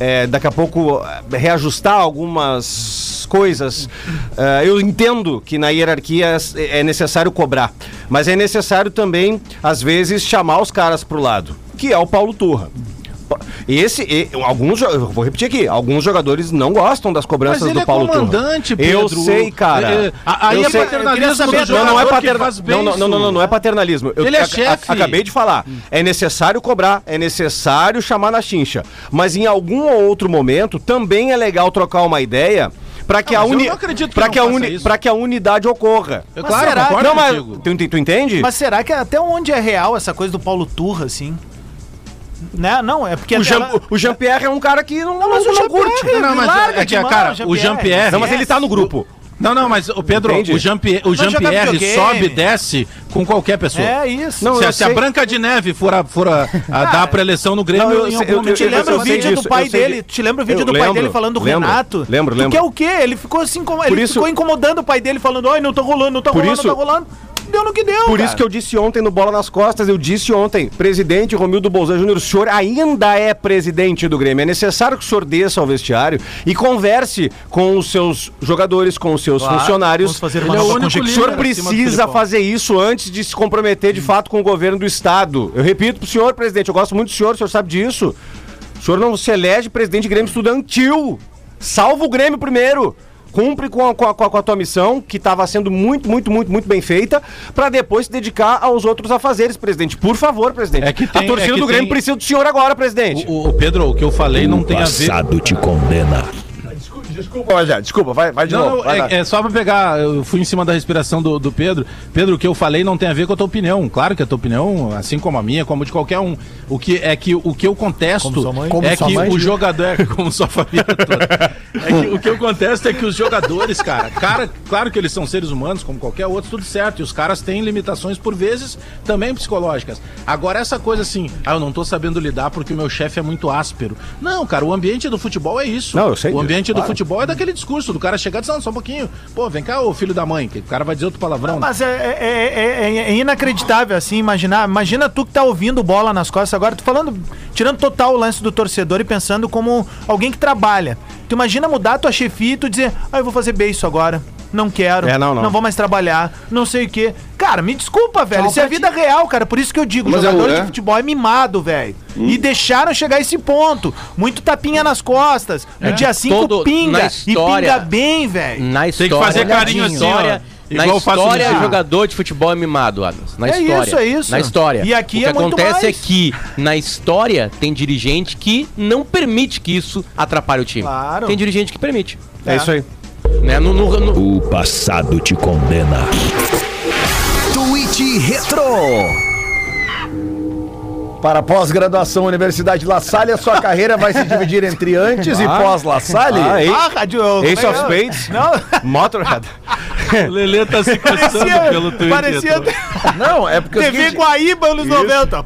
[SPEAKER 4] é, daqui a pouco, eh, reajustar algumas coisas. Eh, eu entendo que na hierarquia é é necessário cobrar, mas é necessário também, às vezes, chamar os caras pro lado, que é o Paulo Turra. Esse, e- alguns, jo- eu vou repetir aqui, alguns jogadores não gostam das cobranças do Paulo Turra. Eu sei, cara.
[SPEAKER 6] É, é, a- aí
[SPEAKER 4] Eu
[SPEAKER 6] é
[SPEAKER 4] sei.
[SPEAKER 6] paternalismo
[SPEAKER 4] Eu queria
[SPEAKER 6] do
[SPEAKER 4] saber- não, não é
[SPEAKER 6] jogador que
[SPEAKER 4] paterna-
[SPEAKER 6] faz bem
[SPEAKER 4] não, não, não, não, não, não é paternalismo. Eu
[SPEAKER 6] Ele é
[SPEAKER 4] ac-
[SPEAKER 6] chefe.
[SPEAKER 4] acabei de falar. É necessário cobrar, é necessário chamar na chincha. Mas em algum ou outro momento também é legal trocar uma ideia para que
[SPEAKER 6] Ah,
[SPEAKER 4] a
[SPEAKER 6] mas eu
[SPEAKER 4] uni
[SPEAKER 6] não acredito que
[SPEAKER 4] para
[SPEAKER 6] não
[SPEAKER 4] que a
[SPEAKER 6] faça
[SPEAKER 4] uni
[SPEAKER 6] isso.
[SPEAKER 4] para que a unidade ocorra.
[SPEAKER 6] Eu,
[SPEAKER 5] Mas
[SPEAKER 6] claro,
[SPEAKER 5] será-
[SPEAKER 6] concordo
[SPEAKER 4] não, mas
[SPEAKER 6] contigo.
[SPEAKER 4] tu, tu- tu entende?
[SPEAKER 5] Mas será que até onde é real essa coisa do Paulo Turra, assim? Né? Não, é porque...
[SPEAKER 4] o
[SPEAKER 5] até
[SPEAKER 4] Jean,
[SPEAKER 5] lá-
[SPEAKER 4] o Jean Pierre é um cara que não, não,
[SPEAKER 5] mas o
[SPEAKER 4] não
[SPEAKER 5] Jean
[SPEAKER 4] curte.
[SPEAKER 5] Pierre-
[SPEAKER 6] Não, mas
[SPEAKER 5] Larga
[SPEAKER 6] é
[SPEAKER 5] de
[SPEAKER 6] que,
[SPEAKER 5] mão,
[SPEAKER 6] cara,
[SPEAKER 5] Jean
[SPEAKER 6] o Jean-Pierre...
[SPEAKER 4] Não, mas ele tá no grupo.
[SPEAKER 6] Não, não, mas o Pedro,
[SPEAKER 4] Entende?
[SPEAKER 6] o Jean-Pierre o
[SPEAKER 5] Mas
[SPEAKER 6] Jean
[SPEAKER 5] jogar
[SPEAKER 6] Pierre
[SPEAKER 5] videogame.
[SPEAKER 6] sobe e desce com qualquer pessoa.
[SPEAKER 5] É isso.
[SPEAKER 4] Não,
[SPEAKER 6] se,
[SPEAKER 4] eu
[SPEAKER 6] a- se a
[SPEAKER 4] sei.
[SPEAKER 6] Branca de Neve for a, for a, a dar preleção no Grêmio,
[SPEAKER 4] Não, eu
[SPEAKER 6] em
[SPEAKER 4] sei- eu-
[SPEAKER 6] algum
[SPEAKER 5] Tu
[SPEAKER 6] momento
[SPEAKER 5] te
[SPEAKER 4] eu-
[SPEAKER 6] ele
[SPEAKER 5] lembra
[SPEAKER 4] eu
[SPEAKER 5] o
[SPEAKER 6] vai
[SPEAKER 4] sei
[SPEAKER 5] vídeo
[SPEAKER 4] disso,
[SPEAKER 5] do pai
[SPEAKER 4] eu sei
[SPEAKER 5] dele?
[SPEAKER 4] disso.
[SPEAKER 5] Te lembra o vídeo
[SPEAKER 4] Eu
[SPEAKER 5] do
[SPEAKER 4] lembro,
[SPEAKER 5] pai dele falando do
[SPEAKER 4] lembro,
[SPEAKER 5] Renato?
[SPEAKER 4] lembro,
[SPEAKER 5] Porque é
[SPEAKER 4] lembro.
[SPEAKER 5] o quê? Ele ficou assim como.
[SPEAKER 4] Por
[SPEAKER 5] Ele
[SPEAKER 4] isso-
[SPEAKER 5] ficou incomodando o pai dele, falando: ai, não tá rolando, não tá
[SPEAKER 4] Por
[SPEAKER 5] rolando,
[SPEAKER 4] isso-
[SPEAKER 5] não tá rolando. Deu no que deu.
[SPEAKER 4] Por
[SPEAKER 5] cara.
[SPEAKER 4] isso que eu disse ontem no Bola nas Costas, eu disse ontem, presidente Romildo Bolzan Júnior, o senhor ainda é presidente do Grêmio. É necessário que o senhor desça ao vestiário e converse com os seus jogadores, com os seus funcionários.
[SPEAKER 5] Vamos fazer uma
[SPEAKER 4] Ele é
[SPEAKER 5] nova
[SPEAKER 4] o único
[SPEAKER 5] conjectura
[SPEAKER 4] O senhor
[SPEAKER 5] acima do
[SPEAKER 4] precisa
[SPEAKER 5] Filipão.
[SPEAKER 4] fazer isso antes de se comprometer de fato com o governo do Estado. Eu repito pro senhor, presidente, eu gosto muito do senhor, o senhor sabe disso. O senhor não se elege presidente de Grêmio Estudantil. Salva o Grêmio primeiro. Cumpre com a, com a- com a- com a tua missão, que estava sendo muito, muito, muito, muito bem feita, para depois se dedicar aos outros afazeres, presidente. Por favor, presidente.
[SPEAKER 6] É que tem-
[SPEAKER 4] a torcida
[SPEAKER 6] é que
[SPEAKER 4] do Grêmio
[SPEAKER 6] tem-
[SPEAKER 4] precisa do senhor agora, presidente.
[SPEAKER 6] O, o Pedro, o que eu falei não tem a ver.
[SPEAKER 1] Passado te condena.
[SPEAKER 2] Desculpa, Rogério, desculpa, vai, vai de
[SPEAKER 6] Não,
[SPEAKER 2] novo.
[SPEAKER 6] não,
[SPEAKER 2] vai lá.
[SPEAKER 6] é, é só pra pegar, eu fui em cima da respiração do, do Pedro. Pedro, o que eu falei não tem a ver com a tua opinião. Claro que a tua opinião, assim como a minha, como de qualquer um. O que é que o que eu contesto
[SPEAKER 5] Como sua mãe? Como
[SPEAKER 6] é
[SPEAKER 5] sua
[SPEAKER 6] que
[SPEAKER 5] mãe,
[SPEAKER 6] o
[SPEAKER 5] né?
[SPEAKER 6] jogador é como sua família toda. É que o que eu contesto é que os jogadores, cara, cara, claro que eles são seres humanos como qualquer outro, tudo certo. E os caras têm limitações por vezes também psicológicas. Agora essa coisa assim, ah, eu não tô sabendo lidar porque o meu chefe é muito áspero. Não, cara, o ambiente do futebol é isso.
[SPEAKER 4] Não, eu sei
[SPEAKER 6] O
[SPEAKER 4] disso,
[SPEAKER 6] ambiente do
[SPEAKER 4] claro.
[SPEAKER 6] futebol é daquele discurso do cara chegar e dizer, não, só um pouquinho. Pô, vem cá, ô filho da mãe, que o cara vai dizer outro palavrão.
[SPEAKER 5] Mas é, é- é- é- é inacreditável, assim, imaginar. Imagina tu que tá ouvindo bola nas costas agora, tu falando, tirando total o lance do torcedor e pensando como alguém que trabalha. Tu imagina mudar tua chefia e tu dizer, ah, eu vou fazer bem isso agora. Não quero,
[SPEAKER 4] É, não, não.
[SPEAKER 5] vou mais trabalhar, não sei o quê. Cara, me desculpa, velho.
[SPEAKER 3] Tchau
[SPEAKER 5] isso é
[SPEAKER 3] pra ti.
[SPEAKER 5] vida real, cara. Por isso que eu digo,
[SPEAKER 7] Mas é
[SPEAKER 5] jogador
[SPEAKER 7] o-
[SPEAKER 5] de
[SPEAKER 7] é.
[SPEAKER 5] futebol é mimado, velho. E deixaram chegar a esse ponto. Muito tapinha nas costas. No dia 5
[SPEAKER 8] É. Todo-
[SPEAKER 5] pinga.
[SPEAKER 8] na história-
[SPEAKER 5] E pinga bem, velho.
[SPEAKER 8] Na
[SPEAKER 6] Tem
[SPEAKER 8] história.
[SPEAKER 6] que fazer carinho
[SPEAKER 8] na
[SPEAKER 6] assim, ó.
[SPEAKER 8] história Na
[SPEAKER 6] Igual eu faço no
[SPEAKER 8] história,
[SPEAKER 6] time.
[SPEAKER 8] jogador de futebol é mimado, Adams. Na
[SPEAKER 5] É
[SPEAKER 8] história.
[SPEAKER 5] isso, é isso.
[SPEAKER 8] Na história.
[SPEAKER 5] E aqui
[SPEAKER 8] o que
[SPEAKER 5] é muito
[SPEAKER 8] acontece
[SPEAKER 5] mais.
[SPEAKER 8] é que, na história, tem dirigente que não permite que isso atrapalhe o time.
[SPEAKER 5] Claro.
[SPEAKER 8] Tem dirigente que permite.
[SPEAKER 5] É isso
[SPEAKER 8] aí. Né? No, no- no-
[SPEAKER 1] O passado te condena.
[SPEAKER 2] Tweet Retro. Para a pós-graduação Universidade La Salle, a sua carreira vai se dividir entre antes e pós-La Salle.
[SPEAKER 5] Ah, rádio. como é
[SPEAKER 4] Ace
[SPEAKER 5] que
[SPEAKER 4] of
[SPEAKER 5] é?
[SPEAKER 4] Spades?
[SPEAKER 5] Não,
[SPEAKER 4] Motorhead.
[SPEAKER 6] O Lelê tá se coçando pelo
[SPEAKER 5] parecia.
[SPEAKER 6] Twitter.
[SPEAKER 5] Parecia
[SPEAKER 2] Não, é porque é o
[SPEAKER 5] TV
[SPEAKER 2] seguinte,
[SPEAKER 5] Guaíba anos 90.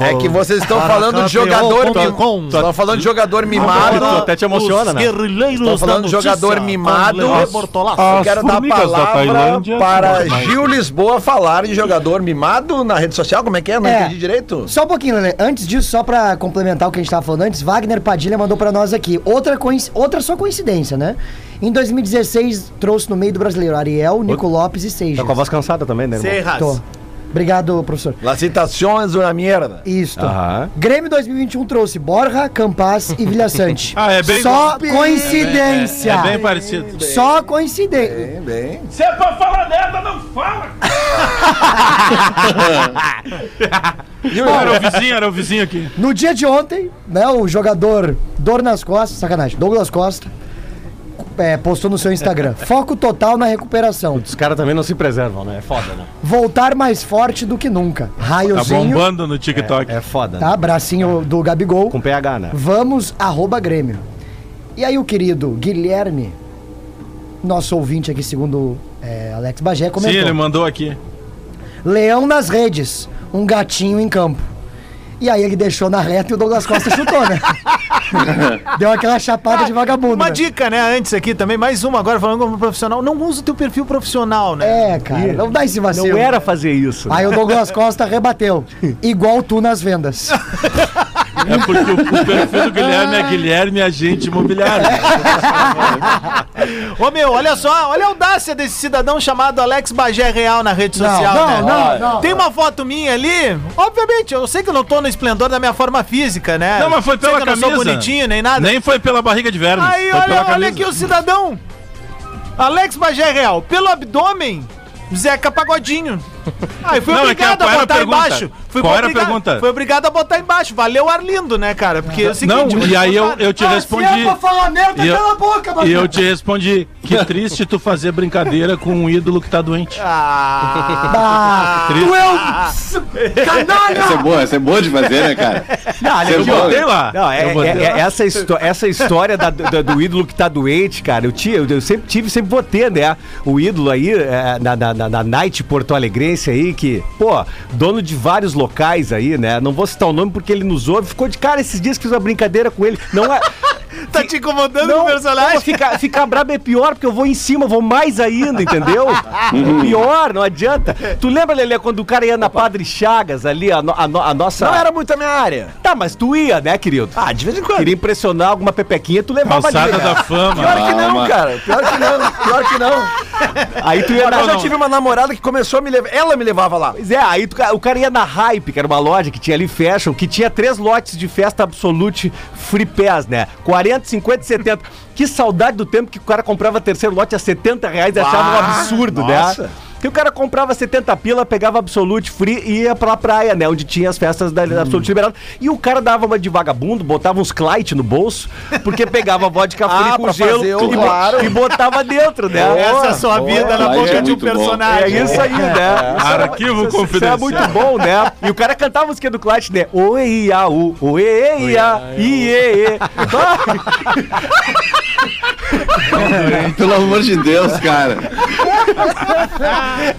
[SPEAKER 2] é que vocês estão falando de jogador mimado. Estão falando de jogador mimado.
[SPEAKER 4] Tu até te emociona, né?
[SPEAKER 2] Estão falando de jogador mimado. Eu
[SPEAKER 6] As
[SPEAKER 2] quero dar a
[SPEAKER 6] formigas da
[SPEAKER 2] palavra
[SPEAKER 6] Tailândia
[SPEAKER 2] para
[SPEAKER 6] são mais-
[SPEAKER 2] Gil Lisboa falar de jogador mimado na rede social. Como é que é? Não
[SPEAKER 3] É.
[SPEAKER 2] entendi direito.
[SPEAKER 3] Só um pouquinho, Lelê. Antes disso, só pra complementar o que a gente tava falando antes, Wagner Padilha mandou pra nós aqui. Outra, coinc... Outra só coincidência, né? Em 2016, trouxe no meio do brasileiro Ariel, Nico Lopes e Seixas.
[SPEAKER 4] Tá com a voz cansada também, né, irmão?
[SPEAKER 5] Serras.
[SPEAKER 3] Tô. Obrigado, professor.
[SPEAKER 2] Las citações uma merda.
[SPEAKER 3] Isso.
[SPEAKER 4] Aham.
[SPEAKER 3] Grêmio 2021 trouxe Borja, Campas e Vilhaçante.
[SPEAKER 6] Ah, é bem-
[SPEAKER 3] Só
[SPEAKER 6] É bem-
[SPEAKER 3] coincidência.
[SPEAKER 6] É bem parecido.
[SPEAKER 3] Só coincidência.
[SPEAKER 2] Bem, bem.
[SPEAKER 1] Se é pra falar merda, não fala!
[SPEAKER 6] Era o vizinho, era o vizinho aqui.
[SPEAKER 3] No dia de ontem, né, o jogador Dor nas Costas, sacanagem, Douglas Costa, é, postou no seu Instagram. Foco total na recuperação.
[SPEAKER 4] Os caras também não se preservam, né? É foda, né?
[SPEAKER 3] Voltar mais forte do que nunca.
[SPEAKER 6] Tá
[SPEAKER 3] Raiozinho, tá,
[SPEAKER 6] bombando no TikTok.
[SPEAKER 4] É foda. né?
[SPEAKER 3] bracinho do Gabigol.
[SPEAKER 4] Com PH, né?
[SPEAKER 3] Vamos, arroba Grêmio. E aí o querido Guilherme, nosso ouvinte aqui, segundo é, Alex Bagé,
[SPEAKER 6] Sim,
[SPEAKER 3] comentou.
[SPEAKER 6] ele mandou aqui.
[SPEAKER 3] Leão nas redes, um gatinho em campo. E aí ele deixou na reta e o Douglas Costa chutou, né? Deu aquela chapada de vagabundo.
[SPEAKER 5] Uma
[SPEAKER 3] né?
[SPEAKER 5] dica, né, antes aqui também, mais uma agora falando como profissional. Não usa o teu perfil profissional, né?
[SPEAKER 3] É, cara, não dá esse
[SPEAKER 4] Não
[SPEAKER 3] vacilo.
[SPEAKER 4] era fazer isso.
[SPEAKER 3] Aí o Douglas Costa rebateu. Igual tu nas vendas.
[SPEAKER 6] É porque o, o perfil do Guilherme é Guilherme Agente Imobiliário.
[SPEAKER 5] Ô meu, olha só, olha a audácia desse cidadão chamado Alex Bagé Real na rede
[SPEAKER 3] Não,
[SPEAKER 5] social, né?
[SPEAKER 3] não, não, não.
[SPEAKER 5] Tem uma foto minha ali, obviamente, eu sei que eu não tô no esplendor da minha forma física, né?
[SPEAKER 6] Não, mas foi
[SPEAKER 5] Sei
[SPEAKER 6] pela
[SPEAKER 5] que eu
[SPEAKER 6] camisa.
[SPEAKER 5] Não sou bonitinho, nem nada.
[SPEAKER 6] Nem foi pela barriga de vermes.
[SPEAKER 5] Aí,
[SPEAKER 6] foi
[SPEAKER 5] olha,
[SPEAKER 6] pela
[SPEAKER 5] olha
[SPEAKER 6] camisa.
[SPEAKER 5] aqui o cidadão. Alex Bagé Real, pelo abdômen, Zeca Pagodinho. Aí fui
[SPEAKER 6] Não, é que
[SPEAKER 5] obrigado
[SPEAKER 6] qual
[SPEAKER 5] a
[SPEAKER 6] era a
[SPEAKER 5] botar
[SPEAKER 6] pergunta?
[SPEAKER 5] embaixo. Fui
[SPEAKER 6] Qual era a
[SPEAKER 5] obriga-
[SPEAKER 6] pergunta?
[SPEAKER 5] Fui obrigado a botar embaixo. Valeu, Arlindo, né, cara? Porque é o seguinte,
[SPEAKER 6] Não,
[SPEAKER 5] vou te
[SPEAKER 6] e aí eu,
[SPEAKER 5] contar. Assim é
[SPEAKER 6] eu te respondi.
[SPEAKER 3] é falar merda,
[SPEAKER 6] E eu- cala a
[SPEAKER 3] boca,
[SPEAKER 6] E eu te respondi. Que triste tu fazer brincadeira com um ídolo que tá doente.
[SPEAKER 5] Ah,
[SPEAKER 6] Triste. Ah.
[SPEAKER 7] Essa é boa, essa é boa de fazer, né, cara?
[SPEAKER 4] Não,
[SPEAKER 7] Você
[SPEAKER 4] aqui, ó.
[SPEAKER 7] botei
[SPEAKER 6] lá.
[SPEAKER 4] Não, é,
[SPEAKER 6] Eu botei
[SPEAKER 4] é-
[SPEAKER 6] lá.
[SPEAKER 4] é essa, histó- essa história da- da- do ídolo que tá doente, cara, eu, tinha, eu, eu sempre tive, sempre vou ter, né? O ídolo aí é, na, na, na- na Night Porto Alegrense aí, que, pô, dono de vários locais aí, né? Não vou citar o nome porque ele nos ouve, ficou de cara esses dias que fiz uma brincadeira com ele. Não é.
[SPEAKER 5] tá te incomodando
[SPEAKER 4] Não,
[SPEAKER 5] o personagem?
[SPEAKER 4] não, ficar, ficar brabo é pior, porque eu vou em cima, eu vou mais ainda, entendeu?
[SPEAKER 6] Uhum.
[SPEAKER 4] É pior, não adianta. Tu lembra, Lelê, quando o cara ia na Padre Chagas ali, a, no- a no- a nossa.
[SPEAKER 2] Não era muito a minha área.
[SPEAKER 4] Tá, mas tu ia, né, querido?
[SPEAKER 2] Ah, de vez em quando.
[SPEAKER 4] Queria impressionar alguma pepequinha, tu levava
[SPEAKER 6] Calçada
[SPEAKER 4] ali. né?
[SPEAKER 6] da fama.
[SPEAKER 2] Pior que não, cara. Pior que não. Pior que não.
[SPEAKER 4] Aí tu ia na.
[SPEAKER 2] Eu já
[SPEAKER 4] Não.
[SPEAKER 2] tive uma namorada que começou a me levar. Ela me levava lá.
[SPEAKER 4] Pois é, aí tu- o cara ia na Hype, que era uma loja que tinha ali fashion, que tinha três lotes de festa absolute free pass, né? 40, 50 e 70. Que saudade do tempo que o cara comprava terceiro lote a 70 reais e achava um absurdo, né? Que o cara comprava 70 pila, pegava Absolute Free e ia pra praia, né? Onde tinha as festas da
[SPEAKER 2] Hum.
[SPEAKER 4] da Absolute Liberado. E o cara dava uma de vagabundo, botava uns Clyde no bolso, porque pegava vodka free
[SPEAKER 2] Ah,
[SPEAKER 4] com
[SPEAKER 2] pra
[SPEAKER 4] gelo
[SPEAKER 2] fazer
[SPEAKER 4] e,
[SPEAKER 2] o-
[SPEAKER 4] bo-
[SPEAKER 2] claro.
[SPEAKER 4] e botava dentro, né?
[SPEAKER 5] Essa é a sua vida na
[SPEAKER 7] Aí é
[SPEAKER 5] boca de um
[SPEAKER 7] muito bom.
[SPEAKER 4] É
[SPEAKER 5] personagem.
[SPEAKER 4] isso aí, né? Isso era-
[SPEAKER 6] Arquivo
[SPEAKER 4] isso-
[SPEAKER 6] confidencial.
[SPEAKER 4] Isso é muito bom, né? E o cara cantava a música do Clutch, né? Oi, ia, u, oi, ia, iê, iê.
[SPEAKER 7] Pelo amor de Deus, cara.
[SPEAKER 2] Ai,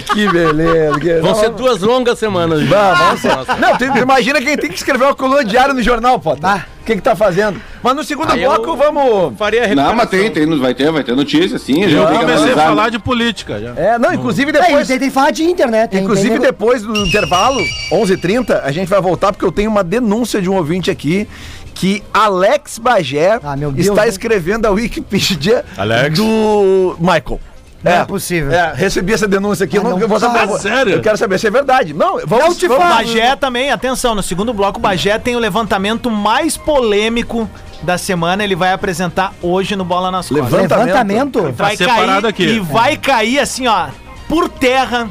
[SPEAKER 2] que beleza. que-
[SPEAKER 8] Vão ser duas longas semanas. gente.
[SPEAKER 2] Bah, vamos ser- Não, tu, tu imagina quem tem que escrever uma coluna diária no jornal, pô.
[SPEAKER 3] Ah.
[SPEAKER 2] Tá? O que que tá fazendo? Mas no segundo
[SPEAKER 8] Aí
[SPEAKER 2] bloco,
[SPEAKER 8] eu-
[SPEAKER 2] vamos...
[SPEAKER 8] Faria a
[SPEAKER 7] Não, mas
[SPEAKER 8] recuperação.
[SPEAKER 7] tem, tem, vai ter, vai ter notícia, sim. a gente
[SPEAKER 6] Eu
[SPEAKER 7] tem que
[SPEAKER 6] comecei a
[SPEAKER 7] analisar,
[SPEAKER 6] falar
[SPEAKER 7] né?
[SPEAKER 6] de política já.
[SPEAKER 2] É, não, inclusive
[SPEAKER 3] É, e
[SPEAKER 2] depois...
[SPEAKER 3] tem, tem que falar de internet. Tem,
[SPEAKER 2] Inclusive,
[SPEAKER 3] tem...
[SPEAKER 2] depois do intervalo, 11 h 30 a gente vai voltar porque eu tenho uma denúncia de um ouvinte aqui que Alex Bagé
[SPEAKER 3] Ah, meu Deus,
[SPEAKER 2] está
[SPEAKER 3] né?
[SPEAKER 2] escrevendo a Wikipedia
[SPEAKER 6] Alex?
[SPEAKER 2] do Michael.
[SPEAKER 3] Não é possível.
[SPEAKER 2] É, recebi essa denúncia aqui.
[SPEAKER 3] Ah,
[SPEAKER 2] eu não,
[SPEAKER 3] não
[SPEAKER 2] eu vou saber.
[SPEAKER 3] fala.
[SPEAKER 2] eu-
[SPEAKER 6] Sério?
[SPEAKER 2] Eu quero saber se é verdade. Não, vamos,
[SPEAKER 3] Não te
[SPEAKER 2] vamos
[SPEAKER 3] falo.
[SPEAKER 5] Bagé também, atenção, no segundo bloco, o Bagé tem o levantamento mais polêmico da semana, ele vai apresentar hoje no Bola nas Costas.
[SPEAKER 2] Levantamento?
[SPEAKER 3] Levantamento?
[SPEAKER 6] Tá
[SPEAKER 5] Vai
[SPEAKER 6] separado
[SPEAKER 5] cair
[SPEAKER 6] aqui.
[SPEAKER 5] e vai cair assim, ó, por terra,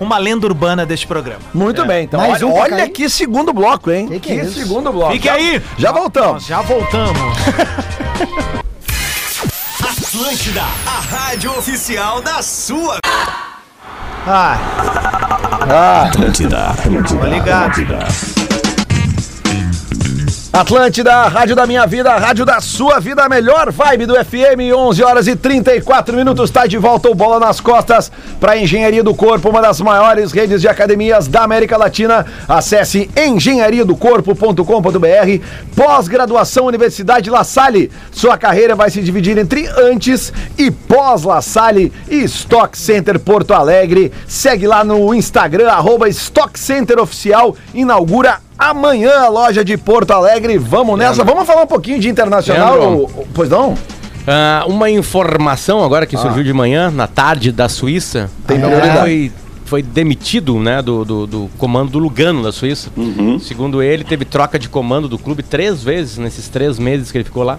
[SPEAKER 5] uma lenda urbana deste programa.
[SPEAKER 2] Muito bem, então.
[SPEAKER 3] Mais
[SPEAKER 2] olha
[SPEAKER 3] um pra
[SPEAKER 2] olha
[SPEAKER 3] cair.
[SPEAKER 2] que segundo bloco, hein?
[SPEAKER 3] Que que é isso?
[SPEAKER 2] segundo bloco.
[SPEAKER 5] Fique
[SPEAKER 2] Já-
[SPEAKER 5] aí.
[SPEAKER 2] Já voltamos.
[SPEAKER 5] Nós já voltamos.
[SPEAKER 9] Rádio oficial da sua.
[SPEAKER 5] Ah,
[SPEAKER 7] Ah.
[SPEAKER 1] Atlântida, Atlântida,
[SPEAKER 5] ligado.
[SPEAKER 1] Atlântida.
[SPEAKER 2] Atlântida, a rádio da minha vida, a rádio da sua vida, a melhor vibe do FM, 11 horas e 34 minutos, tá de volta o Bola nas Costas para Engenharia do Corpo, uma das maiores redes de academias da América Latina. Acesse engenhariadocorpo.com.br, pós-graduação Universidade La Salle. Sua carreira vai se dividir entre antes e pós La Salle e Stock Center Porto Alegre. Segue lá no Instagram, arroba Stock Center Oficial, inaugura Amanhã a loja de Porto Alegre, vamos nessa. Vamos falar um pouquinho de internacional,
[SPEAKER 8] Leandro.
[SPEAKER 2] o- o- pois não?
[SPEAKER 8] Ah, uma informação agora
[SPEAKER 7] Ah.
[SPEAKER 8] que surgiu de manhã, na tarde da Suíça.
[SPEAKER 2] Tem
[SPEAKER 8] Ah,
[SPEAKER 2] prioridade.
[SPEAKER 8] foi, foi demitido né, do, do, do comando do Lugano da Suíça.
[SPEAKER 7] Uhum.
[SPEAKER 8] Segundo ele, teve troca de comando do clube três vezes nesses três meses que ele ficou lá.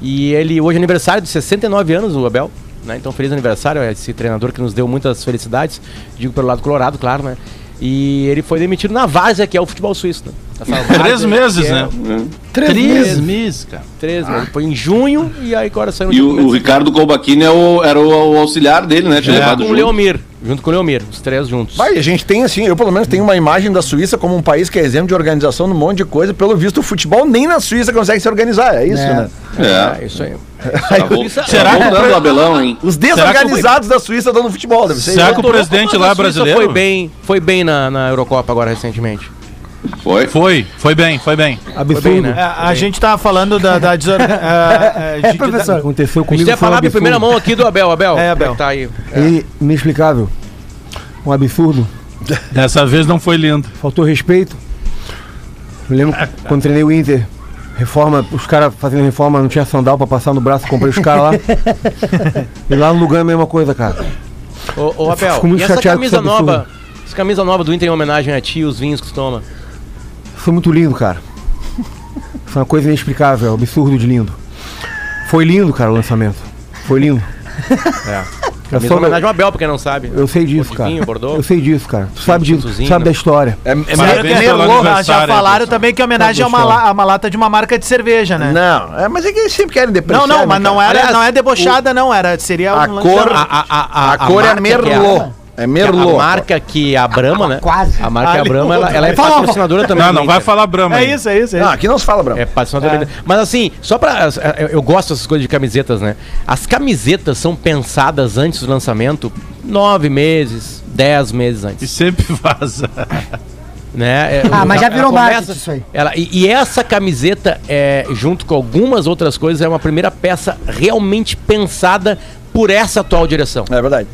[SPEAKER 8] E ele, hoje é aniversário de 69 anos, o Abel. Né? Então, feliz aniversário a esse treinador que nos deu muitas felicidades. Digo pelo lado colorado, claro, né? E ele foi demitido na várzea, que é o futebol suíço. Né? Essa
[SPEAKER 6] Três
[SPEAKER 8] várzea
[SPEAKER 6] meses,
[SPEAKER 8] que é
[SPEAKER 6] né?
[SPEAKER 3] Três meses.
[SPEAKER 6] meses, cara.
[SPEAKER 8] Três meses. Foi em junho e aí agora saiu no
[SPEAKER 7] E
[SPEAKER 8] dia
[SPEAKER 7] o, o Ricardo Colbachini é o- era o, o auxiliar dele, né? Tinha levado
[SPEAKER 8] com o
[SPEAKER 7] junto.
[SPEAKER 8] Leomir. Junto com o Leomir, os três juntos.
[SPEAKER 2] Vai, a gente tem assim, eu pelo menos tenho uma imagem da Suíça como um país que é exemplo de organização num monte de coisa. Pelo visto, o futebol nem na Suíça consegue se organizar, é isso,
[SPEAKER 3] É.
[SPEAKER 2] né?
[SPEAKER 7] É.
[SPEAKER 8] É, isso aí.
[SPEAKER 7] Tá vol-
[SPEAKER 6] Será
[SPEAKER 7] tá
[SPEAKER 6] que-
[SPEAKER 7] voltando o Abelão, hein?
[SPEAKER 2] Os desorganizados da Suíça estão no futebol, deve ser.
[SPEAKER 6] Será
[SPEAKER 2] né?
[SPEAKER 6] que o presidente lá
[SPEAKER 8] A Suíça
[SPEAKER 6] brasileiro?
[SPEAKER 8] Foi bem, foi bem na, na Eurocopa agora recentemente.
[SPEAKER 7] Foi.
[SPEAKER 6] Foi, foi bem, foi bem.
[SPEAKER 8] Foi bem, né?
[SPEAKER 5] é, a gente tava falando da, da desor- é, é, de-
[SPEAKER 3] professor.
[SPEAKER 10] Aconteceu
[SPEAKER 8] A gente
[SPEAKER 10] comigo um
[SPEAKER 8] deve é falar de primeira mão aqui do Abel. Abel,
[SPEAKER 5] É, Abel.
[SPEAKER 8] como que tá aí.
[SPEAKER 10] E É. inexplicável. Um absurdo.
[SPEAKER 6] Dessa vez não foi lindo.
[SPEAKER 10] Faltou respeito. Eu lembro
[SPEAKER 8] É.
[SPEAKER 10] quando treinei o Inter. Reforma, os caras fazendo reforma, não tinha sandal pra passar no braço, comprei os caras lá. e lá no lugar é a mesma coisa, cara.
[SPEAKER 8] Ô, ô, Abel,
[SPEAKER 10] fico muito
[SPEAKER 8] e essa
[SPEAKER 10] chateado com
[SPEAKER 8] camisa
[SPEAKER 10] esse absurdo.
[SPEAKER 8] nova? Essa camisa nova do Inter em homenagem a ti, os vinhos que tu toma.
[SPEAKER 10] Foi muito lindo, cara. Foi uma coisa inexplicável, absurdo de lindo. Foi lindo, cara, o lançamento. Foi lindo. É.
[SPEAKER 8] Camisa em homenagem ao Abel, pra quem não sabe.
[SPEAKER 10] Eu sei disso, cara.
[SPEAKER 8] Vinho, Bordeaux.
[SPEAKER 10] Eu sei disso, cara. Tu sabe disso, tu
[SPEAKER 8] Instituzinho,
[SPEAKER 10] sabe
[SPEAKER 8] né?
[SPEAKER 10] da história.
[SPEAKER 2] É, é
[SPEAKER 6] Parabéns
[SPEAKER 2] meio-
[SPEAKER 6] pelo
[SPEAKER 2] meio louco.
[SPEAKER 5] Ah, já
[SPEAKER 6] aniversário,
[SPEAKER 5] falaram
[SPEAKER 6] pessoal.
[SPEAKER 5] também que é homenagem a
[SPEAKER 6] Tá
[SPEAKER 5] uma, la- a uma lata de uma marca de cerveja, né?
[SPEAKER 2] Não, é, mas é que eles sempre querem
[SPEAKER 5] Não,
[SPEAKER 2] depreciar.
[SPEAKER 5] não,
[SPEAKER 2] né,
[SPEAKER 5] mas não,
[SPEAKER 2] cara?
[SPEAKER 5] era,
[SPEAKER 8] Aliás,
[SPEAKER 5] não é debochada, não. Era, seria um
[SPEAKER 2] A
[SPEAKER 5] lance-
[SPEAKER 2] cor-
[SPEAKER 5] não,
[SPEAKER 2] A, cor é
[SPEAKER 8] marca que a-
[SPEAKER 2] Merlot. É Merlot.
[SPEAKER 8] A marca que a Brahma, né?
[SPEAKER 3] Quase.
[SPEAKER 8] A marca que a Brahma, ela, ela é
[SPEAKER 5] Fala, fala.
[SPEAKER 8] patrocinadora também.
[SPEAKER 6] Não,
[SPEAKER 8] do
[SPEAKER 6] não vai
[SPEAKER 8] Inter.
[SPEAKER 6] falar Brahma.
[SPEAKER 5] É
[SPEAKER 6] aí.
[SPEAKER 5] isso, é isso. É
[SPEAKER 2] Não,
[SPEAKER 5] isso.
[SPEAKER 2] Ah, aqui não se fala, Brão.
[SPEAKER 8] É, patrocinador também. Mas assim, só pra. eu- Eu gosto dessas coisas de camisetas, né? As camisetas são pensadas antes do lançamento nove meses, dez meses
[SPEAKER 6] E
[SPEAKER 8] antes.
[SPEAKER 6] sempre vaza.
[SPEAKER 8] Né? É,
[SPEAKER 3] Ah,
[SPEAKER 8] o-
[SPEAKER 3] mas já
[SPEAKER 8] ela
[SPEAKER 3] virou
[SPEAKER 8] começa-
[SPEAKER 3] marketing isso aí.
[SPEAKER 8] Ela, e, e essa camiseta, é, junto com algumas outras coisas, é uma primeira peça realmente pensada por essa atual direção.
[SPEAKER 2] É verdade.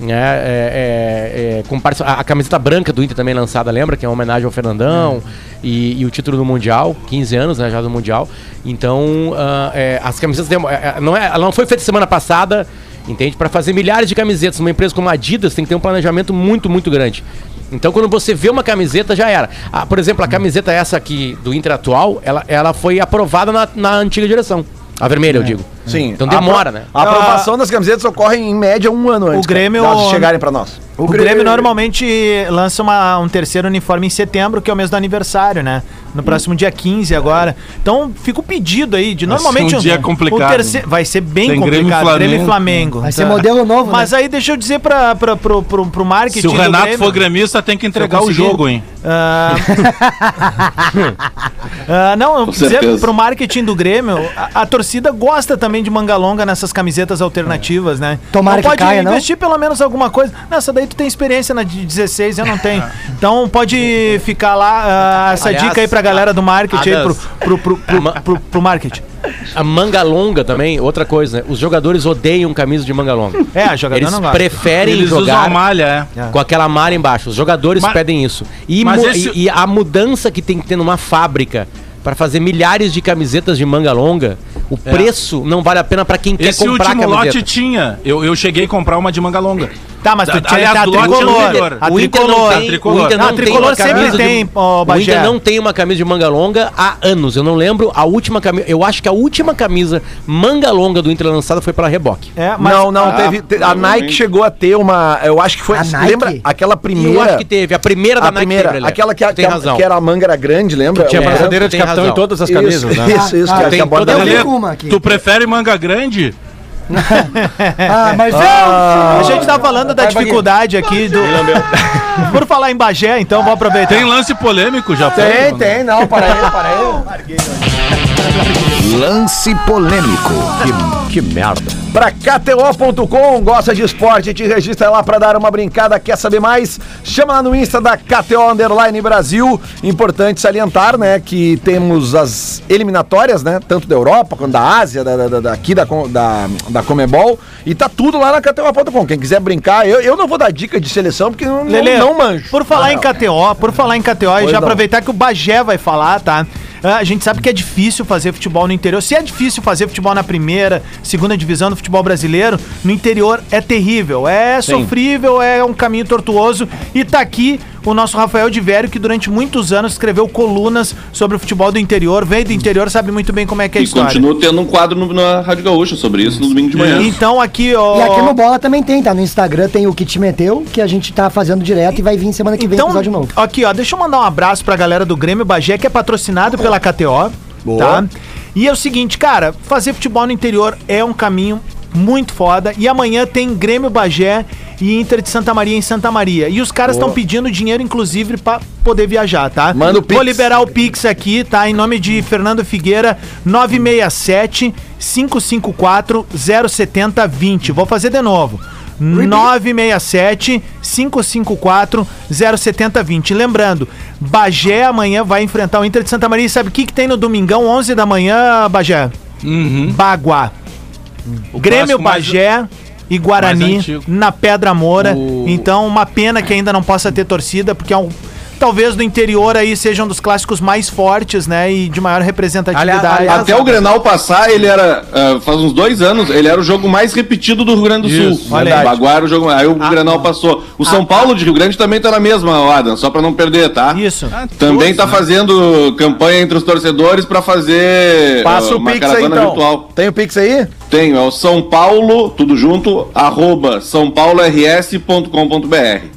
[SPEAKER 8] né? É, é, é, com parça- a, a camiseta branca do Inter também lançada, lembra? Que é uma homenagem ao Fernandão
[SPEAKER 2] É.
[SPEAKER 8] e, e o título do Mundial, 15 anos né, já do Mundial. Então, ah, é, as camisetas. demo- é, é, não, é, ela não foi feita semana passada, entende? Para fazer milhares de camisetas. Uma empresa como a Adidas tem que ter um planejamento muito, muito grande. Então, quando você vê uma camiseta, já era. Ah, por exemplo, a
[SPEAKER 2] Hum.
[SPEAKER 8] camiseta essa aqui do Inter atual, ela, ela foi aprovada na, na antiga direção. A vermelha, eu digo.
[SPEAKER 2] É. Sim.
[SPEAKER 8] Então
[SPEAKER 2] a
[SPEAKER 8] demora,
[SPEAKER 2] apro-
[SPEAKER 8] né?
[SPEAKER 2] A aprovação das camisetas ocorre em média um ano antes. cara,
[SPEAKER 5] Grêmio-
[SPEAKER 2] delas chegarem pra nós.
[SPEAKER 5] O Grêmio normalmente lança uma- um terceiro uniforme em setembro, que é o mês do aniversário, né? No próximo dia 15 agora. Então fica o pedido aí de
[SPEAKER 6] Vai ser
[SPEAKER 5] normalmente
[SPEAKER 6] um dia complicado.
[SPEAKER 5] terceiro- vai ser bem
[SPEAKER 6] Tem Grêmio e
[SPEAKER 5] complicado. Grêmio e Flamengo.
[SPEAKER 6] Flamengo.
[SPEAKER 3] Vai ser
[SPEAKER 5] Tá.
[SPEAKER 3] modelo novo, né?
[SPEAKER 5] Mas aí deixa eu dizer para pro, pro, pro marketing
[SPEAKER 6] né? Se o
[SPEAKER 5] do
[SPEAKER 6] Renato
[SPEAKER 5] Grêmio-
[SPEAKER 6] for gremista, tem que entregar o
[SPEAKER 5] conseguir.
[SPEAKER 6] jogo, hein?
[SPEAKER 5] Ah, ah, não, eu dizer
[SPEAKER 7] certeza.
[SPEAKER 5] pro marketing do Grêmio, a, a torcida gosta também de manga longa nessas camisetas alternativas, né?
[SPEAKER 3] Tomara
[SPEAKER 5] não
[SPEAKER 3] que
[SPEAKER 5] pode
[SPEAKER 3] caia, não?
[SPEAKER 5] investir pelo menos alguma coisa. Nessa daí tu tem experiência na de 16, eu não tenho. Então pode ficar lá ah, essa
[SPEAKER 8] Aliás,
[SPEAKER 5] dica aí pra galera do marketing, aí, pro,
[SPEAKER 8] Adas.
[SPEAKER 5] pro, pro, pro, pro- pro marketing.
[SPEAKER 8] A manga longa também, outra coisa, né? Os jogadores odeiam camisa de manga longa.
[SPEAKER 5] É, a jogadora
[SPEAKER 8] Eles
[SPEAKER 5] não gosta.
[SPEAKER 8] preferem
[SPEAKER 6] Eles usam a
[SPEAKER 8] jogar
[SPEAKER 6] malha, é.
[SPEAKER 8] com aquela malha embaixo. Os jogadores
[SPEAKER 6] Mas-
[SPEAKER 8] pedem isso. E,
[SPEAKER 6] mas
[SPEAKER 8] mu-
[SPEAKER 6] esse-
[SPEAKER 8] e- e a mudança que tem que ter numa fábrica para fazer milhares de camisetas de manga longa, o preço não vale a pena para quem
[SPEAKER 6] É. Esse
[SPEAKER 8] quer comprar é a
[SPEAKER 6] último é
[SPEAKER 8] camiseta.
[SPEAKER 6] lote tinha. Eu, eu cheguei a comprar uma de manga longa.
[SPEAKER 5] Tá, mas tu
[SPEAKER 6] Da-
[SPEAKER 5] tinha
[SPEAKER 6] aliás,
[SPEAKER 5] a
[SPEAKER 6] do lote é
[SPEAKER 5] tricolor.
[SPEAKER 6] tricolor.
[SPEAKER 5] A
[SPEAKER 8] um O Inter não
[SPEAKER 5] tricolor.
[SPEAKER 8] tem-
[SPEAKER 5] A
[SPEAKER 6] tricolor.
[SPEAKER 8] O Inter
[SPEAKER 5] Não,
[SPEAKER 8] não,
[SPEAKER 5] a tricolor
[SPEAKER 8] tem uma
[SPEAKER 5] sempre
[SPEAKER 8] camisa
[SPEAKER 5] tem,
[SPEAKER 8] de,
[SPEAKER 5] ó,
[SPEAKER 8] O
[SPEAKER 5] Bagé.
[SPEAKER 8] Inter não tem uma camisa de manga longa há anos. Eu não lembro a última camisa. Eu acho que a última camisa manga longa do Inter lançada foi pela Reboque.
[SPEAKER 5] É, mas
[SPEAKER 2] Não, não,
[SPEAKER 5] Ah,
[SPEAKER 2] teve. te- a Nike
[SPEAKER 7] provavelmente.
[SPEAKER 2] chegou a ter uma. Eu acho que foi.
[SPEAKER 3] A Nike?
[SPEAKER 2] Lembra aquela primeira.
[SPEAKER 8] Eu acho que teve. A primeira da
[SPEAKER 2] é. a
[SPEAKER 8] Nike
[SPEAKER 2] primeira,
[SPEAKER 8] teve, Lelé.
[SPEAKER 2] aquela que,
[SPEAKER 8] Tu
[SPEAKER 2] a-
[SPEAKER 8] tem
[SPEAKER 2] que a-
[SPEAKER 8] razão.
[SPEAKER 2] que era a manga era grande, lembra?
[SPEAKER 8] tinha
[SPEAKER 2] É.
[SPEAKER 8] passadeira
[SPEAKER 2] Isso,
[SPEAKER 8] de capitão em todas as camisas, né?
[SPEAKER 2] Isso, isso,
[SPEAKER 3] Ah,
[SPEAKER 2] que,
[SPEAKER 3] ah,
[SPEAKER 2] que a borda
[SPEAKER 3] toda-
[SPEAKER 2] dele-
[SPEAKER 3] tenho uma aqui.
[SPEAKER 6] Tu prefere manga grande?
[SPEAKER 3] Ah, mas
[SPEAKER 5] A gente tá falando da dificuldade aqui do. Por falar em Bagé, então vou aproveitar.
[SPEAKER 6] Tem lance polêmico já
[SPEAKER 2] Tem,
[SPEAKER 6] Mano?
[SPEAKER 2] tem, não, para aí, para aí.
[SPEAKER 1] Lance polêmico. Que, que merda.
[SPEAKER 2] Pra KTO.com, gosta de esporte, te registra lá pra dar uma brincada, quer saber mais? Chama lá no Insta da KTO Underline Brasil. Importante salientar, né, que temos as eliminatórias, né, tanto da Europa quanto da Ásia, da, da- da- daqui da, com- da, da Comebol, e tá tudo lá na KTO.com. Quem quiser brincar, eu, eu não vou dar dica de seleção porque eu não,
[SPEAKER 5] Lelê,
[SPEAKER 2] não manjo.
[SPEAKER 5] Por falar
[SPEAKER 2] Na
[SPEAKER 5] em
[SPEAKER 2] real.
[SPEAKER 5] KTO, por falar em KTO, e
[SPEAKER 2] Pois
[SPEAKER 5] já
[SPEAKER 2] não.
[SPEAKER 5] aproveitar que o Bagé vai falar, tá? Ah, A gente sabe que é difícil fazer futebol no interior. Se é difícil fazer futebol na primeira, segunda divisão do futebol brasileiro, no interior é terrível, é sofrível, é um caminho tortuoso. E tá aqui o nosso Rafael de Vério, que durante muitos anos escreveu colunas sobre o futebol do interior, veio do interior, sabe muito bem como é que é a
[SPEAKER 7] E
[SPEAKER 5] história.
[SPEAKER 7] continua tendo um quadro no- na Rádio Gaúcha sobre isso no domingo de manhã.
[SPEAKER 5] Então aqui, ó.
[SPEAKER 3] E aqui é no Bola também tem, tá? No Instagram tem o que te meteu, que a gente tá fazendo direto e vai vir semana que vem
[SPEAKER 5] Então,
[SPEAKER 3] episódio novo.
[SPEAKER 5] aqui, ó, deixa eu mandar um abraço pra galera do Grêmio Bagé, que é patrocinado pela KTO, tá? E é o seguinte, cara, fazer futebol no interior é um caminho muito foda. E amanhã tem Grêmio Bagé e Inter de Santa Maria em Santa Maria. E os caras estão pedindo dinheiro, inclusive, pra poder viajar, tá?
[SPEAKER 2] Manda o
[SPEAKER 5] Vou
[SPEAKER 2] Pix.
[SPEAKER 5] liberar o Pix aqui, tá? Em nome de Fernando Figueira, 967 554 07020. Vou fazer de novo. 967 554 07020. Lembrando, Bagé amanhã vai enfrentar o Inter de Santa Maria. E sabe o que, que tem no domingão, 11 da manhã, Bagé? Baguá. Grêmio
[SPEAKER 6] Uhum. Hum. clássico mais-
[SPEAKER 5] Bagé e Guarani
[SPEAKER 6] mais antigo.
[SPEAKER 5] na Pedra Moura.
[SPEAKER 6] O-
[SPEAKER 5] Então, uma pena que ainda não possa ter torcida, porque é um. Talvez do interior aí seja um dos clássicos mais fortes, né? E de maior representatividade.
[SPEAKER 8] Aliás- aliás,
[SPEAKER 7] Até o Grenal passar, ele era. ah, faz uns dois anos, ele era o jogo mais repetido do Rio Grande do Sul.
[SPEAKER 5] olha aí.
[SPEAKER 7] O Baguá era o jogo. Aí
[SPEAKER 2] Ah,
[SPEAKER 7] o
[SPEAKER 2] tá.
[SPEAKER 7] Grenal passou. O São Paulo de Rio Grande também tá na mesma, ó, Adam, só pra não perder, tá?
[SPEAKER 5] Isso.
[SPEAKER 6] Ah,
[SPEAKER 7] Também tá fazendo campanha entre os torcedores pra fazer.
[SPEAKER 2] Passa
[SPEAKER 7] ah,
[SPEAKER 2] o
[SPEAKER 7] uma
[SPEAKER 2] Pix aí,
[SPEAKER 7] caravana
[SPEAKER 2] então.
[SPEAKER 7] virtual.
[SPEAKER 2] Tem o Pix aí?
[SPEAKER 7] Tenho, é o São Paulo, tudo junto, arroba sãopaulors.com.br.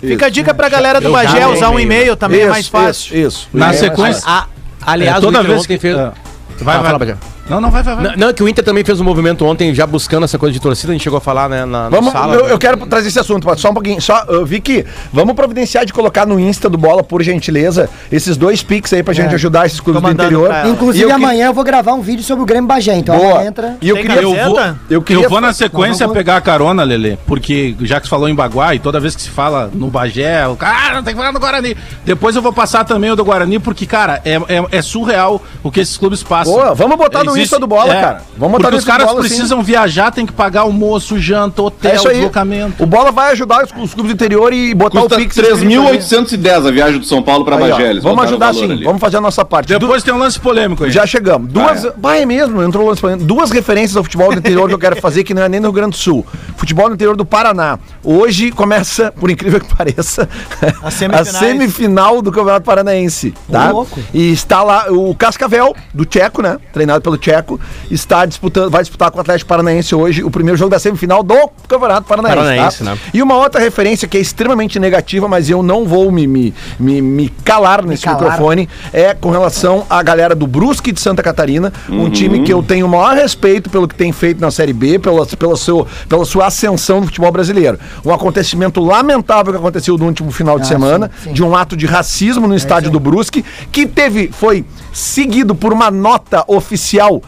[SPEAKER 5] Fica a dica pra galera do Bagé usar um e-mail também, é mais fácil.
[SPEAKER 2] Isso. isso.
[SPEAKER 6] Na
[SPEAKER 2] É,
[SPEAKER 6] sequência.
[SPEAKER 8] A- aliás,
[SPEAKER 6] É, toda
[SPEAKER 8] o Inter
[SPEAKER 6] vez
[SPEAKER 8] ontem
[SPEAKER 6] que-
[SPEAKER 8] fez.
[SPEAKER 6] Ah. Vai,
[SPEAKER 8] Ah,
[SPEAKER 6] vai.
[SPEAKER 8] fala, Bagé.
[SPEAKER 6] Não, não, vai, vai, vai.
[SPEAKER 8] Não, não, é que o Inter também fez um movimento ontem, já buscando essa coisa de torcida, a gente chegou a falar, né, na, na
[SPEAKER 2] Vamos,
[SPEAKER 8] sala.
[SPEAKER 2] eu, eu quero trazer esse assunto, Pato, só um pouquinho. Só, eu vi que vamos providenciar de colocar no Insta do Bola, por gentileza, esses dois pics aí pra gente ajudar esses clubes
[SPEAKER 5] É. Tô
[SPEAKER 2] do
[SPEAKER 5] mandando
[SPEAKER 2] interior.
[SPEAKER 5] pra ela.
[SPEAKER 2] é. E
[SPEAKER 3] Inclusive,
[SPEAKER 2] eu que-
[SPEAKER 3] amanhã eu vou gravar um vídeo sobre o Grêmio Bagé, então
[SPEAKER 2] Boa.
[SPEAKER 3] amanhã entra.
[SPEAKER 2] E eu
[SPEAKER 5] Tem
[SPEAKER 2] queria.
[SPEAKER 5] camiseta?
[SPEAKER 2] Eu vou, eu queria
[SPEAKER 6] Eu vou na sequência pegar a carona, Lele, porque já que você falou em Baguá e toda vez que se fala no Bagé, o cara, ah, não tem que falar no Guarani. Depois eu vou passar também o do Guarani, porque, cara, é, é- é surreal o que esses clubes passam. é,
[SPEAKER 2] Boa, vamos botar no Insta do Bola, cara. Vamos botar
[SPEAKER 6] porque
[SPEAKER 2] no
[SPEAKER 6] os
[SPEAKER 2] Insta do
[SPEAKER 6] caras
[SPEAKER 2] Bola, sim.
[SPEAKER 6] precisam viajar, tem que pagar almoço, janta,
[SPEAKER 2] É
[SPEAKER 6] hotel,
[SPEAKER 2] isso aí.
[SPEAKER 6] deslocamento.
[SPEAKER 2] O Bola vai ajudar os, os clubes do interior e botar
[SPEAKER 7] Custa
[SPEAKER 2] o Pix.
[SPEAKER 7] 3.810 a viagem do São Paulo pra
[SPEAKER 2] Aí, ó,
[SPEAKER 7] Bagé. eles
[SPEAKER 2] Vamos
[SPEAKER 7] botaram o
[SPEAKER 2] ajudar
[SPEAKER 7] um valor
[SPEAKER 2] sim,
[SPEAKER 7] ali.
[SPEAKER 2] vamos fazer a nossa parte. Du-
[SPEAKER 6] Depois tem um lance polêmico aí.
[SPEAKER 2] Já chegamos. Duas. Vai é mesmo, entrou o lance polêmico. Duas referências ao futebol do interior que eu quero fazer, que não é nem no Rio Grande do Sul. Futebol do interior do Paraná. Hoje começa, por incrível que pareça, a,
[SPEAKER 5] semifinais.
[SPEAKER 2] semifinal do Campeonato Paranaense. Tá?
[SPEAKER 3] louco.
[SPEAKER 2] E está lá o Cascavel, do Tcheco, né? Treinado pelo Tcheco, está disputando, vai disputar com o Atlético Paranaense hoje o primeiro jogo da semifinal do Campeonato Paranaense.
[SPEAKER 8] Paranaense,
[SPEAKER 2] tá?
[SPEAKER 8] né?
[SPEAKER 2] E uma outra referência que é extremamente negativa, mas eu não vou me, me, me, me calar nesse
[SPEAKER 3] calar.
[SPEAKER 2] microfone, é com relação à galera do Brusque de Santa Catarina, um time que eu tenho o maior respeito pelo que tem feito na Série B, pela, pela, seu, pela sua ascensão no futebol brasileiro. Um acontecimento lamentável que aconteceu no último final de
[SPEAKER 3] Ah,
[SPEAKER 2] semana,
[SPEAKER 3] sim, É sim.
[SPEAKER 2] de um ato de racismo no estádio do Brusque, que teve, foi seguido por uma nota oficial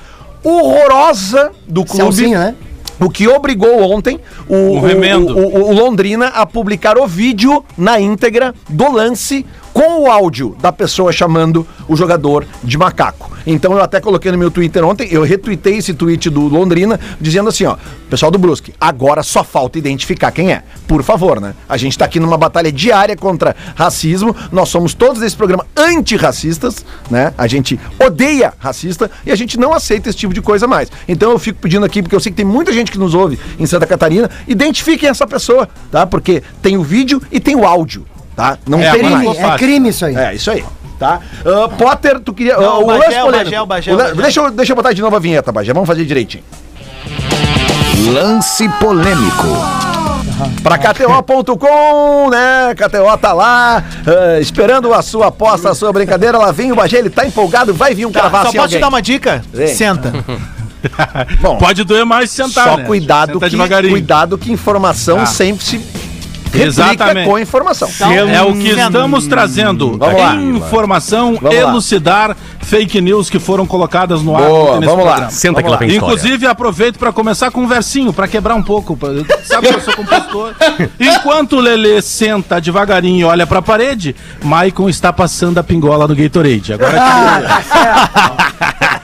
[SPEAKER 2] horrorosa do clube.
[SPEAKER 3] Celcinho, né?
[SPEAKER 2] O que obrigou ontem o, o,
[SPEAKER 6] remendo.
[SPEAKER 2] o- o- o Londrina a publicar o vídeo na íntegra do lance com o áudio da pessoa chamando o jogador de macaco. Então eu até coloquei no meu Twitter ontem, eu retuitei esse tweet do Londrina, dizendo assim, ó, pessoal do Brusque, agora só falta identificar quem é. Por favor, né? A gente tá aqui numa batalha diária contra racismo, nós somos todos nesse programa antirracistas, né? A gente odeia racista e a gente não aceita esse tipo de coisa mais. Então eu fico pedindo aqui, porque eu sei que tem muita gente que nos ouve em Santa Catarina, identifiquem essa pessoa, tá? Porque tem o vídeo e tem o áudio, tá? Não
[SPEAKER 6] É,
[SPEAKER 2] tem
[SPEAKER 6] agora
[SPEAKER 2] mais.
[SPEAKER 3] Crime,
[SPEAKER 6] ficou
[SPEAKER 3] é
[SPEAKER 6] fácil.
[SPEAKER 3] crime isso aí.
[SPEAKER 2] É, isso aí. Tá? Ah, Potter, tu queria. ah,
[SPEAKER 5] o Bagé,
[SPEAKER 2] lance
[SPEAKER 5] o
[SPEAKER 2] polêmico.
[SPEAKER 5] Bagé, o Bagé,
[SPEAKER 2] O
[SPEAKER 5] o
[SPEAKER 2] lan-
[SPEAKER 5] Bagé.
[SPEAKER 2] Deixa, eu, deixa eu botar de novo a vinheta, Bagé. Vamos fazer direitinho.
[SPEAKER 1] Lance polêmico.
[SPEAKER 2] Pra KTO.com, né? KTO tá lá, ah, esperando a sua aposta, a sua brincadeira. Lá vem o Bagé, ele tá empolgado, vai vir um
[SPEAKER 5] Tá,
[SPEAKER 2] cravaço
[SPEAKER 5] só
[SPEAKER 2] em
[SPEAKER 5] posso te
[SPEAKER 2] alguém.
[SPEAKER 5] dar uma dica?
[SPEAKER 2] Vem.
[SPEAKER 5] Senta.
[SPEAKER 2] Bom,
[SPEAKER 6] Pode doer mais se sentar,
[SPEAKER 2] só
[SPEAKER 6] né?
[SPEAKER 2] cuidado,
[SPEAKER 6] Senta
[SPEAKER 2] que,
[SPEAKER 6] devagarinho.
[SPEAKER 2] cuidado que informação
[SPEAKER 6] Tá.
[SPEAKER 2] sempre se replica
[SPEAKER 6] Exatamente.
[SPEAKER 2] com informação.
[SPEAKER 6] É o que
[SPEAKER 5] Senta.
[SPEAKER 6] estamos trazendo.
[SPEAKER 2] Hum. Vamos lá.
[SPEAKER 6] Informação,
[SPEAKER 2] Vamos lá.
[SPEAKER 6] elucidar fake news que foram colocadas no ar.
[SPEAKER 2] Boa,
[SPEAKER 6] ontem Ah, nesse
[SPEAKER 2] vamos lá.
[SPEAKER 6] programa.
[SPEAKER 8] Senta É que lá vem história.
[SPEAKER 6] Inclusive, aproveito para começar com um versinho, para quebrar um pouco. pra- Sabe que eu sou compositor? Enquanto o Lelê senta devagarinho e olha para a parede, Maicon está passando a pingola do Gatorade. Agora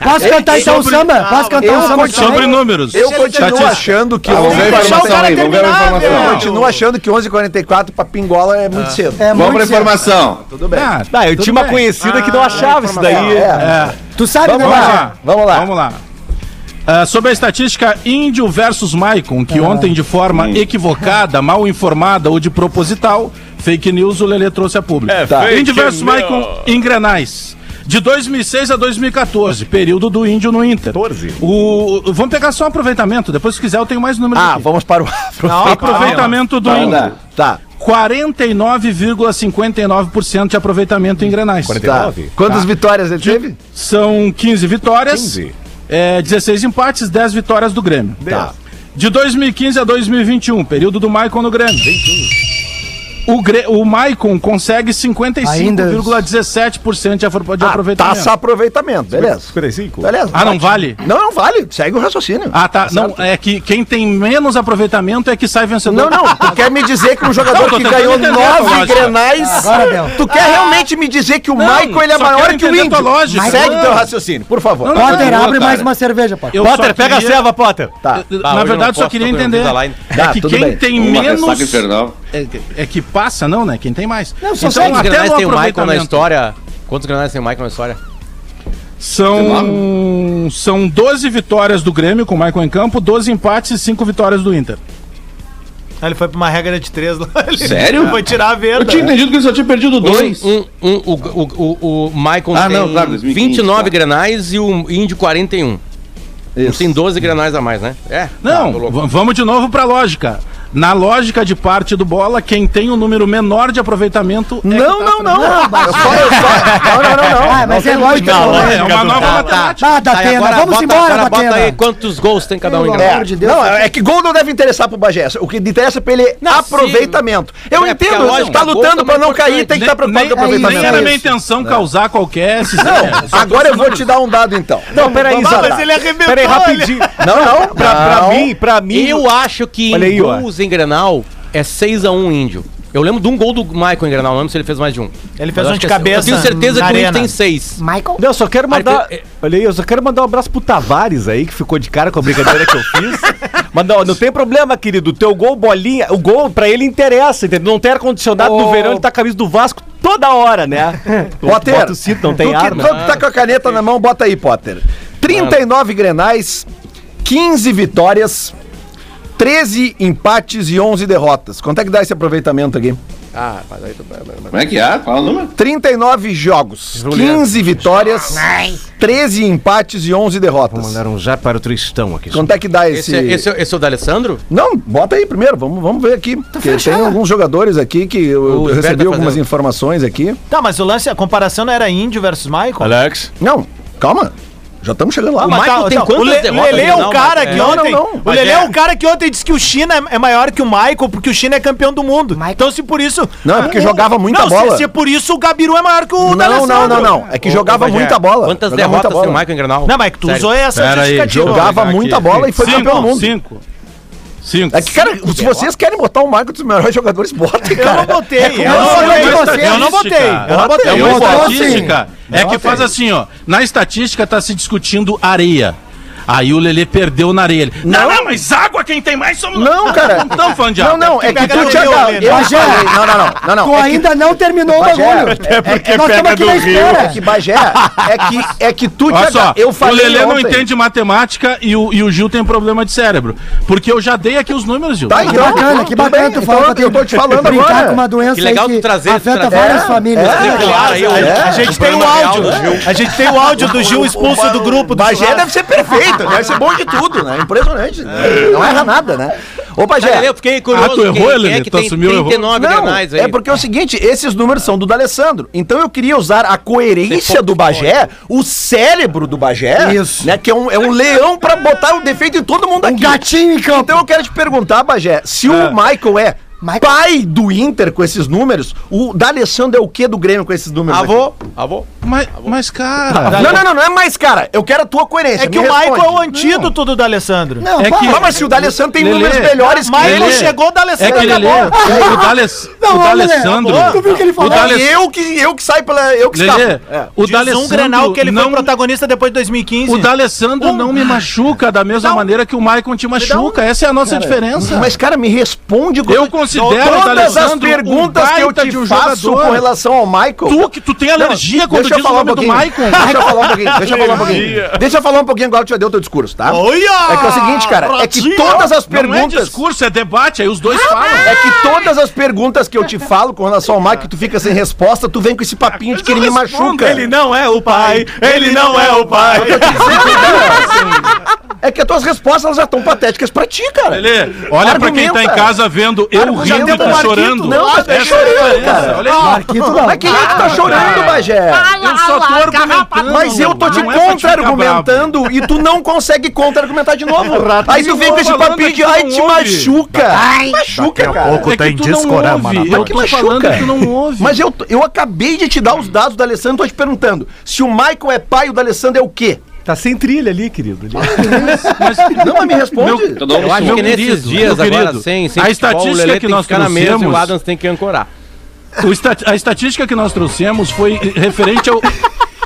[SPEAKER 3] Posso cantar então o samba? Posso cantar o samba?
[SPEAKER 2] continuo-
[SPEAKER 6] é sobre
[SPEAKER 3] também?
[SPEAKER 6] números.
[SPEAKER 2] Ah, tá.
[SPEAKER 6] Tá
[SPEAKER 2] Eu continuo
[SPEAKER 6] Estatística.
[SPEAKER 2] achando que.
[SPEAKER 7] Ah, vamos ver a
[SPEAKER 5] Deixa o
[SPEAKER 7] informação
[SPEAKER 5] cara
[SPEAKER 7] aí, vamos ver a
[SPEAKER 5] terminar,
[SPEAKER 7] informação.
[SPEAKER 2] Eu
[SPEAKER 5] meu.
[SPEAKER 2] continuo achando que 11h44 pra pingola é muito cedo.
[SPEAKER 3] É
[SPEAKER 7] Vamos
[SPEAKER 3] muito
[SPEAKER 7] pra
[SPEAKER 3] cedo.
[SPEAKER 7] informação.
[SPEAKER 2] Tudo bem. Ah,
[SPEAKER 6] Ah,
[SPEAKER 4] Ah, eu
[SPEAKER 6] tudo
[SPEAKER 4] tinha uma
[SPEAKER 6] bem.
[SPEAKER 4] conhecida que não achava isso daí.
[SPEAKER 2] É.
[SPEAKER 3] Tu sabe, né,
[SPEAKER 6] Vamos
[SPEAKER 3] Bagé?
[SPEAKER 6] lá.
[SPEAKER 2] Vamos lá.
[SPEAKER 6] Vamos lá. Ah, sobre a estatística índio versus Maicon, que ontem de forma equivocada, mal informada ou de proposital, fake news o Lelê trouxe a público.
[SPEAKER 11] É, fake
[SPEAKER 6] Índio versus
[SPEAKER 11] news.
[SPEAKER 6] Maicon em Grenais. De 2006 a 2014, período do índio no Inter.
[SPEAKER 11] 14.
[SPEAKER 6] O, o- vamos pegar só o aproveitamento, depois se quiser eu tenho mais números
[SPEAKER 2] Ah,
[SPEAKER 6] aqui.
[SPEAKER 2] vamos para o.
[SPEAKER 6] O aproveitamento do
[SPEAKER 7] Vamos lá.
[SPEAKER 6] índio.
[SPEAKER 2] Tá.
[SPEAKER 6] 49,59% de aproveitamento em Grenais.
[SPEAKER 2] Tá.
[SPEAKER 11] 49?
[SPEAKER 2] Quantas vitórias ele teve?
[SPEAKER 6] São 15 vitórias,
[SPEAKER 11] 15.
[SPEAKER 6] é, 16 empates, 10 vitórias do Grêmio.
[SPEAKER 2] Tá.
[SPEAKER 6] De 2015 a 2021, período do Maicon no Grêmio. O, Gre o Maicon consegue 55,17% de, apro- de
[SPEAKER 2] Ah,
[SPEAKER 6] aproveitamento.
[SPEAKER 2] taça aproveitamento, beleza.
[SPEAKER 11] 55.
[SPEAKER 2] Beleza.
[SPEAKER 6] Ah, não vale?
[SPEAKER 2] Não, não vale. Segue o raciocínio.
[SPEAKER 6] Ah, tá. não,
[SPEAKER 2] certo.
[SPEAKER 6] é que quem tem menos aproveitamento é que sai vencedor.
[SPEAKER 2] Não, não. Tu quer me dizer que um jogador
[SPEAKER 6] Não, tô
[SPEAKER 2] que
[SPEAKER 6] tentando
[SPEAKER 2] ganhou
[SPEAKER 6] entender a tua
[SPEAKER 2] nove
[SPEAKER 6] lógica.
[SPEAKER 2] grenais.
[SPEAKER 3] Agora deu.
[SPEAKER 2] Tu quer realmente me dizer que o
[SPEAKER 6] Não,
[SPEAKER 2] Michael ele é
[SPEAKER 6] só
[SPEAKER 2] maior
[SPEAKER 6] quero
[SPEAKER 2] que o
[SPEAKER 6] entender a
[SPEAKER 2] índio?
[SPEAKER 6] tua lógica.
[SPEAKER 2] Segue
[SPEAKER 6] Não.
[SPEAKER 2] teu raciocínio, por favor.
[SPEAKER 6] Não, não,
[SPEAKER 3] Potter,
[SPEAKER 6] não,
[SPEAKER 3] abre mais
[SPEAKER 6] cara.
[SPEAKER 3] uma cerveja, Potter.
[SPEAKER 6] Eu
[SPEAKER 4] Potter,
[SPEAKER 6] só
[SPEAKER 4] pega
[SPEAKER 6] queria-
[SPEAKER 4] a ceva, Potter.
[SPEAKER 2] Tá.
[SPEAKER 6] Eu-
[SPEAKER 11] Ah,
[SPEAKER 6] Na
[SPEAKER 11] hoje eu não
[SPEAKER 6] verdade, só
[SPEAKER 11] posso,
[SPEAKER 6] queria
[SPEAKER 11] tô com a
[SPEAKER 6] entender.
[SPEAKER 11] vida lá, hein?
[SPEAKER 6] É
[SPEAKER 2] Tá,
[SPEAKER 6] que
[SPEAKER 2] tudo
[SPEAKER 6] quem
[SPEAKER 2] bem.
[SPEAKER 6] tem
[SPEAKER 7] Uma
[SPEAKER 6] menos.
[SPEAKER 7] ressaca infernal.
[SPEAKER 6] É, é que passa, não, né? Quem tem mais.
[SPEAKER 3] Não, só segue
[SPEAKER 8] Quantos
[SPEAKER 3] até
[SPEAKER 8] granais
[SPEAKER 6] no
[SPEAKER 8] tem o Michael na
[SPEAKER 6] aproveitamento
[SPEAKER 8] história? Quantos granais tem o Michael na história?
[SPEAKER 6] São, são 12 vitórias do Grêmio com o Michael em campo, 12 empates e 5 vitórias do Inter.
[SPEAKER 5] Aí Ele foi pra uma regra de três lá. Ele
[SPEAKER 7] Sério?
[SPEAKER 5] Foi tirar a
[SPEAKER 7] Eu
[SPEAKER 5] venda.
[SPEAKER 7] tinha entendido que ele só tinha perdido dois.
[SPEAKER 8] Um, um, um, o, o, o, o Michael
[SPEAKER 7] Ah,
[SPEAKER 8] tem
[SPEAKER 7] não, claro, 2015,
[SPEAKER 8] 29
[SPEAKER 7] tá.
[SPEAKER 8] grenais e o Índio 41. Isso. Tem 12 grenais a mais, né? É.
[SPEAKER 6] Não,
[SPEAKER 8] tá, tô louco.
[SPEAKER 6] v- vamos de novo pra lógica. Na lógica de parte do bola, quem tem o número menor de aproveitamento é
[SPEAKER 2] Não,
[SPEAKER 6] que tá
[SPEAKER 2] não, não.
[SPEAKER 6] aprendendo.
[SPEAKER 2] Eu só- eu só- Não, não, não, não.
[SPEAKER 3] Ah, mas é lógico.
[SPEAKER 6] Não,
[SPEAKER 3] não,
[SPEAKER 6] é,
[SPEAKER 3] né?
[SPEAKER 6] uma nova
[SPEAKER 8] Tá,
[SPEAKER 6] matemática.
[SPEAKER 3] Ah, da
[SPEAKER 8] Tá, e
[SPEAKER 3] pena.
[SPEAKER 8] agora
[SPEAKER 3] Vamos
[SPEAKER 8] bota-
[SPEAKER 3] embora,
[SPEAKER 8] agora bota aí
[SPEAKER 3] Datena.
[SPEAKER 8] quantos gols tem cada um em
[SPEAKER 3] Pelo
[SPEAKER 8] grenal.
[SPEAKER 3] amor de Deus.
[SPEAKER 2] não, é que gol não deve interessar pro Bagé. O que interessa pra ele é
[SPEAKER 8] Não,
[SPEAKER 2] aproveitamento. Eu
[SPEAKER 8] É, porque a
[SPEAKER 2] entendo, ele
[SPEAKER 8] lógica
[SPEAKER 2] tá
[SPEAKER 8] do gol
[SPEAKER 2] lutando tá pra
[SPEAKER 8] também é
[SPEAKER 2] não cair,
[SPEAKER 8] importante.
[SPEAKER 2] tem que estar preocupado com o
[SPEAKER 3] nem- nem
[SPEAKER 2] aproveitamento.
[SPEAKER 6] Nem era
[SPEAKER 3] isso.
[SPEAKER 6] minha intenção causar qualquer.
[SPEAKER 2] Não, agora eu vou te dar um dado então. Não, peraí,
[SPEAKER 5] Ah, mas ele arrebentou.
[SPEAKER 4] Peraí,
[SPEAKER 5] ele-
[SPEAKER 4] rapidinho.
[SPEAKER 2] Não, não.
[SPEAKER 4] Pra, pra
[SPEAKER 2] não.
[SPEAKER 4] mim, pra mim.
[SPEAKER 8] Eu acho que
[SPEAKER 4] Olha
[SPEAKER 8] em
[SPEAKER 4] aí, ó.
[SPEAKER 8] gols em Grenal é 6x1 Índio. Eu lembro de um gol do Michael em Grenal, não lembro se ele fez mais de um.
[SPEAKER 5] Ele
[SPEAKER 8] Mas
[SPEAKER 5] fez um
[SPEAKER 8] acho
[SPEAKER 5] de
[SPEAKER 8] que é-
[SPEAKER 5] cabeça.
[SPEAKER 8] Eu tenho certeza
[SPEAKER 5] na
[SPEAKER 8] que o Índio
[SPEAKER 5] arena.
[SPEAKER 8] tem 6.
[SPEAKER 3] Michael?
[SPEAKER 4] Não, eu só quero mandar.
[SPEAKER 8] Arque-
[SPEAKER 4] Olha aí, eu só quero mandar um abraço pro Tavares aí, que ficou de cara com a brincadeira que eu fiz. Mas não, não tem problema, querido. O teu gol, bolinha. O gol pra ele interessa, entendeu? Não tem ar-condicionado no
[SPEAKER 2] Ô.
[SPEAKER 4] verão, ele tá com a camisa do Vasco toda hora, né?
[SPEAKER 2] Potter,
[SPEAKER 4] Bota o cinto, não tem né?
[SPEAKER 2] tu que,
[SPEAKER 4] arma.
[SPEAKER 2] tu que tá com a caneta na mão, bota aí, Potter. 39 grenais, 15 vitórias, 13 empates e 11 derrotas. Quanto é que dá esse aproveitamento aqui?
[SPEAKER 7] Como é que é? Fala o número.
[SPEAKER 2] 39 jogos, 15 vitórias, 13 empates e 11 derrotas.
[SPEAKER 4] um já para o Tristão aqui.
[SPEAKER 2] Quanto é que dá esse...
[SPEAKER 8] Esse, é- esse, é- esse é o da Alessandro?
[SPEAKER 2] Não, bota aí primeiro, vamos, vamos ver aqui. Porque tem alguns jogadores aqui que eu,
[SPEAKER 8] O
[SPEAKER 2] eu
[SPEAKER 8] Gilberto
[SPEAKER 2] recebi
[SPEAKER 8] vai
[SPEAKER 2] algumas
[SPEAKER 8] fazer.
[SPEAKER 2] informações aqui.
[SPEAKER 5] Tá, mas o lance, a comparação não era índio versus Michael?
[SPEAKER 11] Alex.
[SPEAKER 2] Não, calma, já estamos chegando lá.
[SPEAKER 5] Mas
[SPEAKER 8] Michael tem
[SPEAKER 5] então,
[SPEAKER 8] quantas
[SPEAKER 5] o Le-
[SPEAKER 8] derrotas
[SPEAKER 5] Lele é
[SPEAKER 8] no
[SPEAKER 5] o
[SPEAKER 8] final,
[SPEAKER 5] cara
[SPEAKER 8] mas-
[SPEAKER 5] que
[SPEAKER 2] Não,
[SPEAKER 5] ontem.
[SPEAKER 2] não, não.
[SPEAKER 5] O Lele é o cara que ontem disse que o China é- é maior que o Michael, porque o China é campeão do mundo.
[SPEAKER 3] Michael.
[SPEAKER 5] Então, se por isso.
[SPEAKER 2] Não, é porque jogava muita
[SPEAKER 5] não, se-
[SPEAKER 2] bola.
[SPEAKER 5] Se, por isso o Gabiru é maior que o
[SPEAKER 2] Não, não,
[SPEAKER 5] D'Alessandro.
[SPEAKER 2] não, não. É que
[SPEAKER 8] Ô,
[SPEAKER 2] jogava
[SPEAKER 8] ô, Bagé,
[SPEAKER 2] muita bola.
[SPEAKER 8] Quantas
[SPEAKER 2] Jogava muita
[SPEAKER 8] derrotas tem o
[SPEAKER 2] bola.
[SPEAKER 8] Michael em Grenal?
[SPEAKER 5] Não, mas é tu
[SPEAKER 8] Sério.
[SPEAKER 5] usou essa
[SPEAKER 6] Pera aí,
[SPEAKER 5] justificativa.
[SPEAKER 2] Jogava
[SPEAKER 6] Vou pegar
[SPEAKER 2] muita
[SPEAKER 6] aqui.
[SPEAKER 2] bola e foi
[SPEAKER 6] Cinco,
[SPEAKER 2] campeão do mundo.
[SPEAKER 6] Cinco. Cinco.
[SPEAKER 2] É que, cara, se vocês querem botar o Michael dos melhores jogadores, botem,
[SPEAKER 5] Eu não
[SPEAKER 2] cara. né?
[SPEAKER 5] botei. Eu
[SPEAKER 6] Não,
[SPEAKER 5] não
[SPEAKER 6] não,
[SPEAKER 5] botei.
[SPEAKER 6] é
[SPEAKER 5] Eu não botei.
[SPEAKER 6] estatística.
[SPEAKER 5] Eu não botei.
[SPEAKER 6] É
[SPEAKER 5] Eu
[SPEAKER 6] uma
[SPEAKER 5] não botei.
[SPEAKER 6] estatística. É que faz assim, ó. Na estatística tá se discutindo areia. Aí o Lelê perdeu na areia. Ele, Não, não, mas água quem tem mais somos nós."
[SPEAKER 2] Não, cara.
[SPEAKER 6] Não tão fã de água.
[SPEAKER 2] Não, não, é que
[SPEAKER 5] pega
[SPEAKER 2] tu
[SPEAKER 5] no
[SPEAKER 2] te
[SPEAKER 5] Rio,
[SPEAKER 2] agarra.
[SPEAKER 5] né?
[SPEAKER 2] Eu
[SPEAKER 3] Bagé.
[SPEAKER 2] falei, Não, não, não, não, não.
[SPEAKER 3] Tu
[SPEAKER 2] é que-
[SPEAKER 3] ainda não terminou o
[SPEAKER 2] Bagé,
[SPEAKER 3] bagulho.
[SPEAKER 2] até
[SPEAKER 3] porque é, nós estamos aqui na
[SPEAKER 2] É
[SPEAKER 3] espera.
[SPEAKER 2] que Bagé, é que, é que tu te
[SPEAKER 6] Olha
[SPEAKER 2] agarra.
[SPEAKER 6] só,
[SPEAKER 2] Eu
[SPEAKER 6] o
[SPEAKER 2] falei
[SPEAKER 6] Lelê não
[SPEAKER 2] ontem.
[SPEAKER 6] entende matemática e o, e o Gil tem problema de cérebro. Porque eu já dei aqui os números, Gil.
[SPEAKER 2] Tá,
[SPEAKER 3] É, Que
[SPEAKER 2] então,
[SPEAKER 3] bacana, que
[SPEAKER 2] tudo
[SPEAKER 3] bacana
[SPEAKER 2] bem,
[SPEAKER 3] tu
[SPEAKER 2] então
[SPEAKER 3] falar
[SPEAKER 2] eu tô te falando
[SPEAKER 3] brincar
[SPEAKER 2] agora.
[SPEAKER 3] com uma doença
[SPEAKER 8] Que legal
[SPEAKER 3] aí
[SPEAKER 8] tu trazer esse
[SPEAKER 3] afeta
[SPEAKER 8] trazer.
[SPEAKER 3] várias
[SPEAKER 2] É,
[SPEAKER 3] famílias.
[SPEAKER 2] é.
[SPEAKER 3] Cara,
[SPEAKER 8] Claro, aí, o-
[SPEAKER 2] É.
[SPEAKER 5] A gente tem o áudio.
[SPEAKER 8] né?
[SPEAKER 5] A gente tem o áudio do Gil expulso do grupo. do
[SPEAKER 2] Bagé
[SPEAKER 5] churrasco.
[SPEAKER 2] deve ser perfeito, deve ser bom de tudo, né? Impressionante. né? Não erra nada, né? Ô,
[SPEAKER 8] Tá, Lelê,
[SPEAKER 2] Bagé.
[SPEAKER 8] eu fiquei curioso.
[SPEAKER 6] Ah, tu errou,
[SPEAKER 8] quem, quem
[SPEAKER 6] Lelê?
[SPEAKER 8] é que
[SPEAKER 6] Tu
[SPEAKER 8] tem
[SPEAKER 6] assumiu, errou.
[SPEAKER 8] 39
[SPEAKER 2] Não,
[SPEAKER 8] granais aí?
[SPEAKER 2] é porque é o seguinte, esses números são do D'Alessandro. Então eu queria usar a coerência do Bagé, o cérebro do Bagé,
[SPEAKER 3] Isso.
[SPEAKER 2] né? Que é um, é um leão pra botar o defeito em todo mundo
[SPEAKER 3] Um
[SPEAKER 2] aqui.
[SPEAKER 3] gatinho em campo.
[SPEAKER 2] Então eu quero te perguntar, Bagé, se o Michael é
[SPEAKER 3] Michael.
[SPEAKER 2] pai do Inter com esses números, o D'Alessandro é o que do Grêmio com esses números? aqui?
[SPEAKER 8] Avô, avô.
[SPEAKER 6] Mas, mas, cara.
[SPEAKER 2] Não, não, não, não é mais, cara. Eu quero a tua coerência.
[SPEAKER 5] É que o
[SPEAKER 2] me
[SPEAKER 5] Michael é
[SPEAKER 2] responde.
[SPEAKER 5] o antídoto do D'Alessandro.
[SPEAKER 3] Não,
[SPEAKER 6] É
[SPEAKER 3] pá,
[SPEAKER 6] que-
[SPEAKER 2] Ah, mas se o D'Alessandro tem
[SPEAKER 6] Lelê.
[SPEAKER 2] números melhores que
[SPEAKER 5] Michael
[SPEAKER 6] Lelê.
[SPEAKER 5] chegou, o
[SPEAKER 6] É
[SPEAKER 5] D'Alessandro
[SPEAKER 6] que ele
[SPEAKER 5] acabou.
[SPEAKER 6] o Dales,
[SPEAKER 3] Não,
[SPEAKER 6] o
[SPEAKER 3] ô, Lelê,
[SPEAKER 6] D'Alessandro.
[SPEAKER 3] Tu viu o que ele
[SPEAKER 6] O
[SPEAKER 3] falou?
[SPEAKER 6] D'Ales-
[SPEAKER 2] Eu É. que, eu que saio pela. Eu que
[SPEAKER 6] Lelê,
[SPEAKER 2] escapo.
[SPEAKER 4] É.
[SPEAKER 6] o
[SPEAKER 5] Diz um Grenal que ele foi protagonista depois de 2015.
[SPEAKER 6] O D'Alessandro não me machuca da mesma maneira que o Maicon te machuca. Essa é a nossa diferença.
[SPEAKER 2] um- Mas, cara, me responde o que
[SPEAKER 6] Eu considero o
[SPEAKER 2] todas as
[SPEAKER 6] D'Alessandro um
[SPEAKER 2] perguntas que eu
[SPEAKER 6] baita
[SPEAKER 2] te
[SPEAKER 6] de um
[SPEAKER 2] faço
[SPEAKER 6] jogador.
[SPEAKER 2] com relação ao Michael.
[SPEAKER 6] tu que tu tem alergia quando
[SPEAKER 2] deixa eu
[SPEAKER 6] diz o
[SPEAKER 2] falar um
[SPEAKER 6] nome do
[SPEAKER 2] pouquinho.
[SPEAKER 6] Maicon.
[SPEAKER 2] Deixa eu falar um pouquinho. Deixa eu falar um pouquinho. Deixa eu falar um pouquinho agora que já deu o teu discurso, tá?
[SPEAKER 5] Olha!
[SPEAKER 2] É que é o seguinte, cara, é que
[SPEAKER 5] Ratinho!
[SPEAKER 2] todas as
[SPEAKER 6] Não é
[SPEAKER 2] perguntas.
[SPEAKER 6] discurso, é debate, aí os dois falam.
[SPEAKER 2] É que todas as perguntas que eu te falo com relação ao Mike, tu fica sem resposta, tu vem com esse papinho de que ele me machuca.
[SPEAKER 5] não é o pai, ele não é o pai.
[SPEAKER 2] É que as tuas respostas elas já estão patéticas pra ti, cara.
[SPEAKER 6] Lelê, olha pra quem tá em
[SPEAKER 2] Argumenta.
[SPEAKER 6] casa vendo eu
[SPEAKER 2] Argumenta,
[SPEAKER 6] rindo e tu
[SPEAKER 2] Marquito,
[SPEAKER 6] chorando.
[SPEAKER 2] não, tá
[SPEAKER 6] Essa é a
[SPEAKER 2] chorando,
[SPEAKER 6] diferença,
[SPEAKER 2] cara. tá
[SPEAKER 6] Olha aí.
[SPEAKER 3] Marquito não.
[SPEAKER 2] Mas quem é que tá chorando, Bagé?
[SPEAKER 6] Eu só tô argumentando.
[SPEAKER 2] Mas eu tô te
[SPEAKER 6] Não é pra ficar
[SPEAKER 2] contra-argumentando tá e tu não consegue contra-argumentar de novo. Aí tu vem com esse
[SPEAKER 6] falando
[SPEAKER 2] papinho
[SPEAKER 6] que
[SPEAKER 2] de
[SPEAKER 6] não
[SPEAKER 2] ai, te
[SPEAKER 6] ouve."
[SPEAKER 2] machuca. Ai, machuca, cara.
[SPEAKER 6] bravo. É que tu não ouve. Eu
[SPEAKER 2] que
[SPEAKER 6] tô
[SPEAKER 2] machuca.
[SPEAKER 6] falando é que tu não ouve.
[SPEAKER 2] Mas eu, eu acabei de te dar os dados do Alessandro, tô te perguntando. Se o Michael é pai, o do Alessandro é o quê?
[SPEAKER 10] Tá sem trilha ali, querido.
[SPEAKER 2] Não, mas me responde.
[SPEAKER 7] Eu dou um
[SPEAKER 8] Eu acho
[SPEAKER 7] som.
[SPEAKER 8] que nesses
[SPEAKER 6] querido,
[SPEAKER 8] dias
[SPEAKER 6] meu
[SPEAKER 8] agora,
[SPEAKER 6] querido,
[SPEAKER 8] sem, sem futebol,
[SPEAKER 6] a
[SPEAKER 8] o
[SPEAKER 6] estatística
[SPEAKER 8] Lelê
[SPEAKER 6] que
[SPEAKER 8] tem
[SPEAKER 6] nós
[SPEAKER 8] ficar na mesa e o
[SPEAKER 6] trouxemos-
[SPEAKER 8] Adams tem que ancorar.
[SPEAKER 6] O esta- a estatística que nós trouxemos foi referente ao.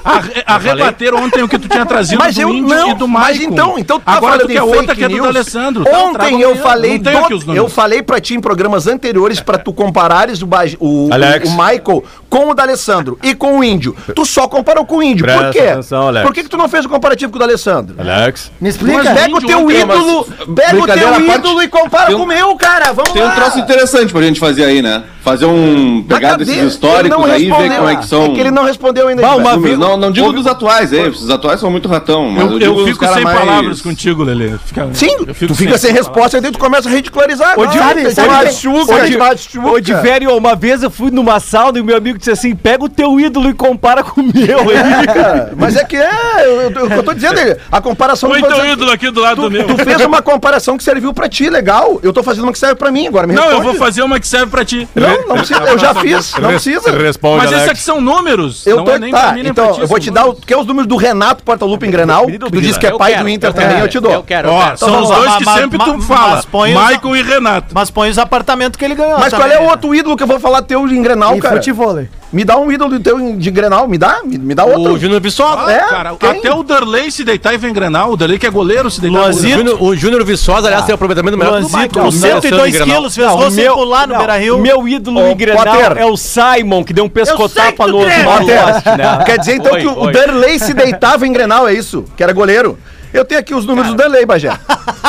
[SPEAKER 6] A, a rebater ontem o que tu tinha trazido
[SPEAKER 2] Ah, Mas
[SPEAKER 6] do
[SPEAKER 2] eu
[SPEAKER 6] Índio
[SPEAKER 2] não,
[SPEAKER 6] e do
[SPEAKER 2] mas
[SPEAKER 6] Maicon.
[SPEAKER 2] então, então tu tá
[SPEAKER 6] agora
[SPEAKER 2] falando
[SPEAKER 6] tu quer
[SPEAKER 2] em
[SPEAKER 6] outra
[SPEAKER 2] fake
[SPEAKER 6] que é do
[SPEAKER 2] news.
[SPEAKER 6] Alessandro. um
[SPEAKER 2] Ontem eu falei,
[SPEAKER 6] não tenho
[SPEAKER 2] do-
[SPEAKER 6] aqui os
[SPEAKER 2] eu
[SPEAKER 6] números.
[SPEAKER 2] falei pra ti em programas anteriores pra tu comparares o, Baj- o, o-
[SPEAKER 1] Alex.
[SPEAKER 2] o Michael com o D'Alessandro e com o Índio. Tu só comparou com o Índio.
[SPEAKER 1] Presta
[SPEAKER 2] Por quê?
[SPEAKER 1] atenção, Alex.
[SPEAKER 2] Por que, que tu não fez o comparativo com o D'Alessandro?
[SPEAKER 1] Alex.
[SPEAKER 3] Me explica.
[SPEAKER 2] Mas pega o
[SPEAKER 6] Índio
[SPEAKER 2] teu
[SPEAKER 6] ontem,
[SPEAKER 2] ídolo, pega o
[SPEAKER 1] brincadeira à
[SPEAKER 2] teu
[SPEAKER 1] parte,
[SPEAKER 2] ídolo e compara
[SPEAKER 7] tem um-
[SPEAKER 2] com o meu, cara. Vamos
[SPEAKER 7] Tem um
[SPEAKER 2] lá.
[SPEAKER 7] troço interessante pra gente fazer aí, né? Fazer um. Pegar
[SPEAKER 2] Mas cadê?
[SPEAKER 7] desses históricos
[SPEAKER 2] Ele não
[SPEAKER 7] aí, ver
[SPEAKER 2] respondeu.
[SPEAKER 7] como é que são.
[SPEAKER 2] É que ele não respondeu ainda.
[SPEAKER 7] Não,
[SPEAKER 2] Gilberto.
[SPEAKER 7] não, não digo dos atuais, é. Os atuais são muito ratão. Mas
[SPEAKER 6] Eu, eu
[SPEAKER 7] digo dos
[SPEAKER 6] fico
[SPEAKER 7] cara
[SPEAKER 6] sem
[SPEAKER 7] mais-
[SPEAKER 6] palavras contigo, Lelê. Fica-
[SPEAKER 2] Sim,
[SPEAKER 6] eu fico
[SPEAKER 2] tu fica sem, resposta e daí tu começa a ridicularizar.
[SPEAKER 10] Ô, Gil,
[SPEAKER 2] Sabe,
[SPEAKER 10] sabe-
[SPEAKER 2] machuca,
[SPEAKER 10] Ô, Gil,
[SPEAKER 2] machuca.
[SPEAKER 10] Ô, de velho, uma vez eu fui numa sauna e o meu amigo disse assim: pega o teu ídolo e compara com o meu.
[SPEAKER 2] É, mas é que é, eu, eu, eu tô dizendo, é, a comparação...
[SPEAKER 6] Foi
[SPEAKER 2] não tô
[SPEAKER 8] então
[SPEAKER 6] teu
[SPEAKER 2] dizendo-
[SPEAKER 6] então ídolo aqui do lado do meu.
[SPEAKER 2] Tu fez uma comparação que serviu pra ti, legal. Eu tô fazendo uma que serve pra mim agora, me
[SPEAKER 6] Não, eu
[SPEAKER 2] responde.
[SPEAKER 6] vou fazer uma que serve pra ti.
[SPEAKER 2] Não, não precisa, eu já fiz, não precisa.
[SPEAKER 1] Responde,
[SPEAKER 6] Mas esses
[SPEAKER 1] Alex.
[SPEAKER 6] aqui são números.
[SPEAKER 2] Eu tô,
[SPEAKER 6] é nem pra
[SPEAKER 2] tá,
[SPEAKER 6] mim, nem pra
[SPEAKER 2] então,
[SPEAKER 6] ti,
[SPEAKER 2] eu vou
[SPEAKER 6] são
[SPEAKER 2] te dar o,
[SPEAKER 6] números.
[SPEAKER 2] que é os números do Renato Portaluppi em Grenal, que tu disse que é
[SPEAKER 8] Eu
[SPEAKER 2] pai
[SPEAKER 8] quero,
[SPEAKER 2] do Inter
[SPEAKER 8] eu
[SPEAKER 2] também,
[SPEAKER 8] quero,
[SPEAKER 2] eu te dou.
[SPEAKER 8] Eu quero, eu
[SPEAKER 6] Ó,
[SPEAKER 8] quero.
[SPEAKER 2] então
[SPEAKER 6] são os
[SPEAKER 5] Mas-
[SPEAKER 6] dois que
[SPEAKER 5] mas-
[SPEAKER 6] sempre tu
[SPEAKER 5] mas-
[SPEAKER 6] fala.
[SPEAKER 5] mas põe os-
[SPEAKER 6] Michael e Renato.
[SPEAKER 5] Mas põe os apartamentos que ele ganhou.
[SPEAKER 2] Mas qual
[SPEAKER 5] também,
[SPEAKER 2] é o
[SPEAKER 5] né?
[SPEAKER 2] outro ídolo que eu vou falar teu em Grenal,
[SPEAKER 3] E
[SPEAKER 2] cara?
[SPEAKER 3] futevôlei.
[SPEAKER 2] Me dá um ídolo teu em- de Grenal, me dá? Me, me dá
[SPEAKER 8] é O
[SPEAKER 2] outro.
[SPEAKER 8] Júnior Viçosa.
[SPEAKER 6] Ah,
[SPEAKER 2] É,
[SPEAKER 6] cara,
[SPEAKER 2] quem?
[SPEAKER 6] até o Darley se deitar e vem Grenal. O Darley que é goleiro se deitar. é
[SPEAKER 8] O
[SPEAKER 6] goleiro.
[SPEAKER 8] Júnior- O Júnior Viçosa, aliás, tem um aproveitamento melhor que o
[SPEAKER 5] Lanzito,
[SPEAKER 8] Michael.
[SPEAKER 5] com 102 quilos, fez gol sem pular no
[SPEAKER 10] não,
[SPEAKER 5] Beira Rio.
[SPEAKER 10] Meu ídolo
[SPEAKER 2] Ô,
[SPEAKER 10] em Grenal
[SPEAKER 2] Potter.
[SPEAKER 10] é o Simon, que deu um pescotapa no outro
[SPEAKER 2] Potter, Quer dizer então
[SPEAKER 8] né? Oi,
[SPEAKER 2] que o
[SPEAKER 8] oi.
[SPEAKER 2] Danley se deitava em Grenal, é isso? Que era goleiro. Eu tenho aqui os números do Danley, Bagé.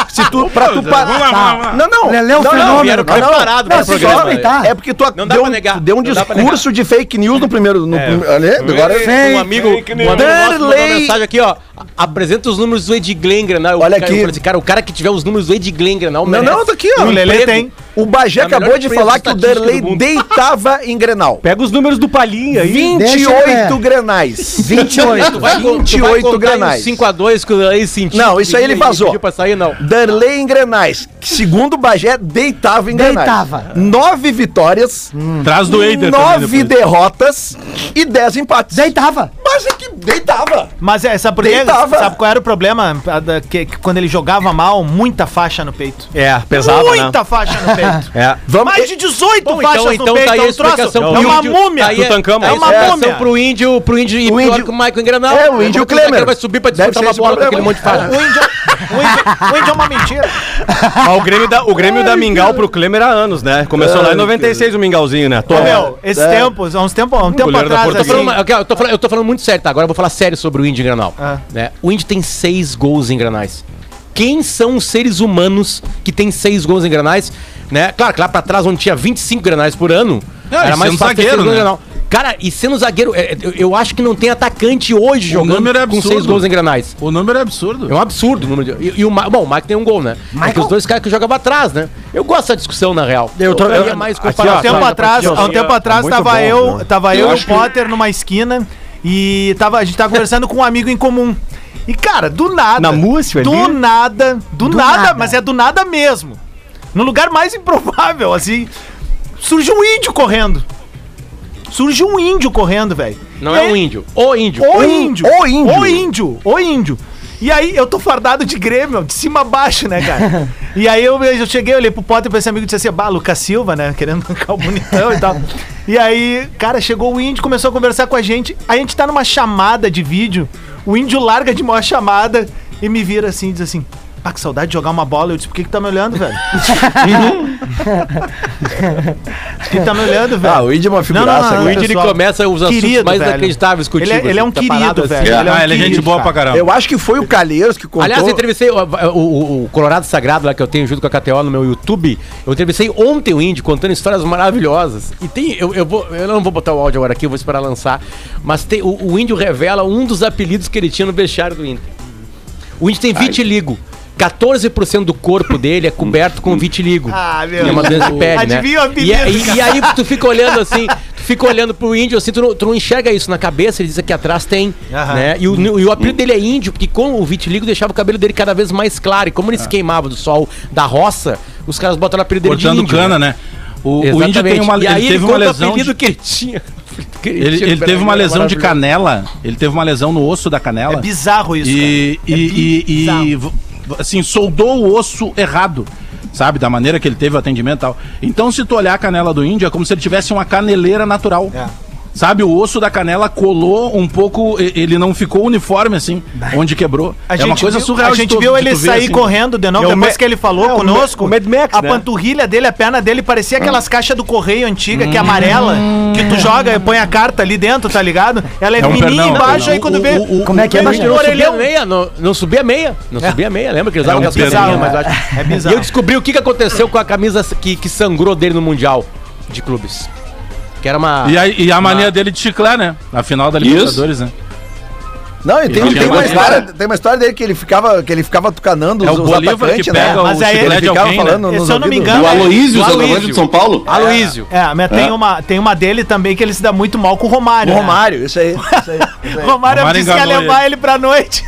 [SPEAKER 2] Se tu, pra tu pa-
[SPEAKER 6] Vamos lá, vamos lá.
[SPEAKER 2] Não, não.
[SPEAKER 3] Lelé é um
[SPEAKER 2] não, não,
[SPEAKER 3] fenômeno,
[SPEAKER 2] não, não.
[SPEAKER 8] preparado né?
[SPEAKER 2] Não,
[SPEAKER 8] para o
[SPEAKER 2] se
[SPEAKER 8] programa,
[SPEAKER 2] só-
[SPEAKER 3] Lelé.
[SPEAKER 2] É porque tu,
[SPEAKER 8] Não dá
[SPEAKER 2] deu,
[SPEAKER 8] pra negar, É.
[SPEAKER 2] tu deu um
[SPEAKER 8] não dá pra
[SPEAKER 2] discurso de fake news no primeiro. No, prim- ali, agora,
[SPEAKER 8] Um amigo, um amigo nosso mandou uma
[SPEAKER 2] Darley.
[SPEAKER 8] mensagem aqui, ó. Apresenta os números do Ed Glenn Grenal. Eu-
[SPEAKER 2] Olha
[SPEAKER 8] cara, eu
[SPEAKER 2] aqui.
[SPEAKER 8] falei assim, cara, o cara que tiver os números do Ed Glenn Grenal
[SPEAKER 2] não,
[SPEAKER 8] merece.
[SPEAKER 2] não, tá aqui, ó.
[SPEAKER 8] Um emprego.
[SPEAKER 2] O Bagé
[SPEAKER 8] É a melhor
[SPEAKER 2] acabou de
[SPEAKER 8] empresa
[SPEAKER 2] falar que o
[SPEAKER 8] estatística
[SPEAKER 2] Danley
[SPEAKER 8] do mundo.
[SPEAKER 2] deitava em Grenal.
[SPEAKER 10] Pega os números do Palinha aí.
[SPEAKER 3] Deixa eu ver.
[SPEAKER 2] 28 Grenais.
[SPEAKER 8] Tu
[SPEAKER 2] 28.
[SPEAKER 8] vai, con- tu vai
[SPEAKER 2] 28
[SPEAKER 8] contar
[SPEAKER 2] Grenais.
[SPEAKER 8] 5x2 que o Lele sentiu.
[SPEAKER 2] Não, isso aí ele vazou.
[SPEAKER 8] assim, Pediu pra sair, não.
[SPEAKER 2] Darley em Grenais, que segundo o Bagé, deitava em Grenais.
[SPEAKER 3] Deitava.
[SPEAKER 2] Nove vitórias,
[SPEAKER 6] Traz Hum. do Eider. também
[SPEAKER 2] nove
[SPEAKER 6] depois.
[SPEAKER 2] derrotas e dez empates.
[SPEAKER 3] Deitava.
[SPEAKER 2] Mas é que
[SPEAKER 11] deitava.
[SPEAKER 5] Mas é, sabe por quê?
[SPEAKER 11] Deitava.
[SPEAKER 5] Sabe qual era o problema? A da- Que, que quando ele jogava mal, muita faixa no peito.
[SPEAKER 4] É, pesado,
[SPEAKER 10] né?
[SPEAKER 5] muita faixa no peito.
[SPEAKER 4] né? É.
[SPEAKER 11] Vamos,
[SPEAKER 5] Mais de 18
[SPEAKER 8] Bom,
[SPEAKER 5] faixas
[SPEAKER 8] então, então
[SPEAKER 5] no peito.
[SPEAKER 8] tá aí a
[SPEAKER 5] é um troço-
[SPEAKER 8] explicação
[SPEAKER 5] é uma
[SPEAKER 8] índio-
[SPEAKER 5] múmia.
[SPEAKER 8] Tá aí,
[SPEAKER 4] Tutankhamon.
[SPEAKER 8] é
[SPEAKER 5] É
[SPEAKER 8] uma
[SPEAKER 5] uma
[SPEAKER 8] explicação
[SPEAKER 5] múmia.
[SPEAKER 8] pro índio, pro índio e
[SPEAKER 2] O
[SPEAKER 8] pior
[SPEAKER 2] índio-
[SPEAKER 8] que o Michael Engrenal.
[SPEAKER 2] É, o índio
[SPEAKER 8] Porque daqui
[SPEAKER 2] Klemer.
[SPEAKER 8] Vai subir pra
[SPEAKER 2] Deve
[SPEAKER 8] disputar
[SPEAKER 2] ser
[SPEAKER 8] uma
[SPEAKER 2] esse
[SPEAKER 8] bola com
[SPEAKER 2] problema.
[SPEAKER 8] aquele monte de faixa.
[SPEAKER 5] O índio, o índio- o índio é uma mentira.
[SPEAKER 4] Mas o Grêmio da, o Grêmio da Mingau pro Klemer há anos, né? Começou lá em 96 o Mingauzinho, né?
[SPEAKER 5] Ô,
[SPEAKER 2] É.
[SPEAKER 4] Toma.
[SPEAKER 5] meu, esses tempos, há uns tempos, há um tempo
[SPEAKER 4] goleiro da
[SPEAKER 5] atrás,
[SPEAKER 4] Porta
[SPEAKER 8] Tô
[SPEAKER 5] assim,
[SPEAKER 8] falando- eu tô falando- eu tô falando muito sério, tá? Agora eu vou falar sério sobre o Indy Granal.
[SPEAKER 5] Ah.
[SPEAKER 8] né? O Indy tem seis gols em Granais. Quem são os seres humanos que tem seis gols em Granais? Né? Claro que lá pra trás, onde tinha 25 Granais por ano,
[SPEAKER 6] Ah, e sendo
[SPEAKER 8] ter
[SPEAKER 6] zagueiro,
[SPEAKER 8] seis gols em
[SPEAKER 6] né?
[SPEAKER 8] Grenal. Cara, e sendo zagueiro, é, é, eu, eu acho que não tem atacante hoje
[SPEAKER 6] O
[SPEAKER 8] jogando
[SPEAKER 6] número é
[SPEAKER 8] com
[SPEAKER 6] absurdo.
[SPEAKER 8] seis gols em Granais.
[SPEAKER 6] O número
[SPEAKER 8] É
[SPEAKER 6] é absurdo.
[SPEAKER 8] um absurdo o número de... E, e o Ma... Bom, o Mike tem um gol, né? É que os dois caras que jogavam atrás, né? Eu gosto dessa discussão, na real.
[SPEAKER 10] Eu tô-
[SPEAKER 8] queria
[SPEAKER 10] eu-
[SPEAKER 8] mais
[SPEAKER 10] aqui, ó,
[SPEAKER 8] comparar.
[SPEAKER 5] Há um tempo
[SPEAKER 10] Tá,
[SPEAKER 5] atrás, há um tempo atrás
[SPEAKER 10] muito
[SPEAKER 5] tava
[SPEAKER 10] bom,
[SPEAKER 5] eu,
[SPEAKER 10] né?
[SPEAKER 5] tava eu,
[SPEAKER 7] Eu
[SPEAKER 5] e o
[SPEAKER 7] acho que-
[SPEAKER 5] Potter numa esquina e tava, a gente tava conversando com um amigo em comum. E cara, do nada.
[SPEAKER 10] Na Múcio ali?
[SPEAKER 5] Do nada, do,
[SPEAKER 3] Do
[SPEAKER 5] nada,
[SPEAKER 3] nada.
[SPEAKER 5] mas é do nada mesmo. No lugar mais improvável, assim, surge um índio correndo. Surge um índio correndo, velho.
[SPEAKER 8] Não
[SPEAKER 5] E
[SPEAKER 8] é
[SPEAKER 5] aí-
[SPEAKER 8] um índio. O índio.
[SPEAKER 5] O índio.
[SPEAKER 2] o índio.
[SPEAKER 5] O índio. O índio. E aí, eu tô fardado de Grêmio, de cima a baixo, né, cara? e aí, eu, eu cheguei, olhei pro Potter pra esse amigo e disse assim, bah, Lucas Silva, né, querendo bancar o bonitão e tal. E aí, cara, chegou o índio, começou a conversar com a gente. A gente tá numa chamada de vídeo, o índio larga de mão a chamada e me vira assim, e diz assim, ah, que saudade de jogar uma bola. Eu disse, por que que tá me olhando, velho? por que que tá me olhando, velho?
[SPEAKER 2] Ah, o Índio é uma figuraça,
[SPEAKER 5] não,
[SPEAKER 8] O
[SPEAKER 2] cara.
[SPEAKER 8] índio ele
[SPEAKER 5] pessoal.
[SPEAKER 8] começa os assuntos
[SPEAKER 5] Querido,
[SPEAKER 8] mais
[SPEAKER 5] velho.
[SPEAKER 8] inacreditáveis contigo.
[SPEAKER 5] Ele é- ele é um
[SPEAKER 8] assim, tá parado
[SPEAKER 5] querido,
[SPEAKER 8] assim.
[SPEAKER 5] velho. Ele é um
[SPEAKER 6] Ah, ele é gente
[SPEAKER 5] querido,
[SPEAKER 6] boa
[SPEAKER 5] cara.
[SPEAKER 6] pra caramba.
[SPEAKER 2] Eu acho que foi o Calheiros que contou.
[SPEAKER 8] Aliás, eu entrevistei o, o- o Colorado Sagrado lá que eu tenho junto com a KTO no meu YouTube. Eu entrevistei ontem o Indy contando histórias maravilhosas. E tem. Eu, eu vou, eu não vou botar o áudio agora aqui, eu vou esperar lançar. Mas tem, o, o Índio revela um dos apelidos que ele tinha no vestiário do Inter. O Indy tem vitiligo. 14% do corpo dele é coberto com vitiligo.
[SPEAKER 5] Ah, meu
[SPEAKER 8] E é uma doença de pele, né?
[SPEAKER 5] Adivinha o apelido,
[SPEAKER 8] E, e- e
[SPEAKER 5] cara.
[SPEAKER 8] aí tu fica olhando assim, tu fica olhando pro índio assim, tu não, tu não enxerga isso na cabeça, ele diz que atrás tem,
[SPEAKER 5] Aham.
[SPEAKER 8] né? E o, e o apelido dele é índio, porque com o vitiligo deixava o cabelo dele cada vez mais claro. E como
[SPEAKER 6] Ah.
[SPEAKER 8] ele se queimava do sol da roça, os caras botaram o apelido dele
[SPEAKER 6] Cortando
[SPEAKER 8] de índio.
[SPEAKER 6] cana, né? O, o
[SPEAKER 8] Exatamente.
[SPEAKER 6] índio tem uma,
[SPEAKER 8] e aí
[SPEAKER 6] ele teve uma
[SPEAKER 8] conta o
[SPEAKER 6] lesão.
[SPEAKER 8] apelido
[SPEAKER 6] de-
[SPEAKER 8] que ele tinha. Que
[SPEAKER 6] Ele,
[SPEAKER 8] tinha,
[SPEAKER 6] ele
[SPEAKER 8] peraí,
[SPEAKER 6] teve uma
[SPEAKER 8] era
[SPEAKER 6] lesão de
[SPEAKER 8] maravilhoso.
[SPEAKER 6] canela. Ele teve uma lesão no osso da
[SPEAKER 5] É
[SPEAKER 6] canela.
[SPEAKER 5] bizarro isso,
[SPEAKER 6] e,
[SPEAKER 5] cara. É
[SPEAKER 6] e, e-
[SPEAKER 5] bizarro.
[SPEAKER 6] e, v- assim, soldou o osso errado, sabe? Da maneira que ele teve o atendimento e tal. Então, se tu olhar a canela do índio, é como se ele tivesse uma caneleira natural.
[SPEAKER 5] É.
[SPEAKER 6] Sabe, o osso da canela colou um pouco, e- ele não ficou uniforme assim, onde quebrou.
[SPEAKER 5] A
[SPEAKER 6] é
[SPEAKER 5] gente
[SPEAKER 6] uma coisa
[SPEAKER 5] viu,
[SPEAKER 6] surreal.
[SPEAKER 5] A
[SPEAKER 6] de
[SPEAKER 5] gente
[SPEAKER 6] tu-
[SPEAKER 5] viu
[SPEAKER 6] de
[SPEAKER 5] ele
[SPEAKER 6] tu ver,
[SPEAKER 5] sair
[SPEAKER 6] assim.
[SPEAKER 5] correndo de novo,
[SPEAKER 10] É, o
[SPEAKER 5] depois
[SPEAKER 10] Ma-
[SPEAKER 5] que ele falou
[SPEAKER 10] é, o Ma-
[SPEAKER 5] conosco.
[SPEAKER 10] o Mad Max,
[SPEAKER 5] a
[SPEAKER 10] né?
[SPEAKER 5] panturrilha dele, a perna dele
[SPEAKER 6] Hum.
[SPEAKER 5] parecia aquelas caixas do correio antiga, que é amarela, que tu joga e põe a carta ali dentro, tá ligado? Ela é,
[SPEAKER 6] Hum. É um
[SPEAKER 5] pequenininha
[SPEAKER 6] pernão,
[SPEAKER 5] embaixo,
[SPEAKER 6] pernão.
[SPEAKER 5] aí quando
[SPEAKER 6] O-
[SPEAKER 5] vê.
[SPEAKER 6] o- o-
[SPEAKER 3] Como é que é,
[SPEAKER 5] vem
[SPEAKER 3] mas
[SPEAKER 5] um
[SPEAKER 8] Não subia
[SPEAKER 5] orelhão.
[SPEAKER 8] meia, não, não subia meia. Não subia meia, lembra que eles usavam
[SPEAKER 6] um
[SPEAKER 8] aquelas camisinhas
[SPEAKER 6] bizarro,
[SPEAKER 8] mais baixas.
[SPEAKER 5] É
[SPEAKER 8] E eu
[SPEAKER 5] bizarro.
[SPEAKER 8] descobri o que, que aconteceu com a camisa que, que sangrou dele no Mundial de clubes. Que era uma.
[SPEAKER 6] E a, e a mania dele de chiclar, né? Na final da
[SPEAKER 7] Isso.
[SPEAKER 6] Libertadores, né?
[SPEAKER 2] Não, e tem,
[SPEAKER 6] Ele
[SPEAKER 2] tem
[SPEAKER 6] é
[SPEAKER 2] uma
[SPEAKER 6] mais
[SPEAKER 2] história,
[SPEAKER 7] cara.
[SPEAKER 2] tem uma história dele que ele ficava, que ele ficava tucanando
[SPEAKER 6] É o Bolívar que pega
[SPEAKER 5] né? Mas
[SPEAKER 6] o
[SPEAKER 5] aí
[SPEAKER 2] Ele
[SPEAKER 6] chiclete de
[SPEAKER 2] né? ficava
[SPEAKER 6] alguém, né?
[SPEAKER 2] falando
[SPEAKER 5] Se
[SPEAKER 2] nos
[SPEAKER 5] eu não me
[SPEAKER 2] ouvidos
[SPEAKER 5] engano,
[SPEAKER 7] O
[SPEAKER 2] do-
[SPEAKER 7] Aloísio,
[SPEAKER 8] Do
[SPEAKER 7] zagueirante
[SPEAKER 8] Aloísio.
[SPEAKER 7] de São Paulo.
[SPEAKER 8] Aloísio.
[SPEAKER 5] É, mas tem,
[SPEAKER 7] É.
[SPEAKER 5] Uma, tem uma dele também que ele se dá muito mal com o Romário.
[SPEAKER 2] do
[SPEAKER 5] né?
[SPEAKER 2] Romário, isso aí. Isso aí, isso aí.
[SPEAKER 5] Romário,
[SPEAKER 6] Romário
[SPEAKER 5] disse que ia
[SPEAKER 6] enganou É.
[SPEAKER 5] levar ele, pra noite.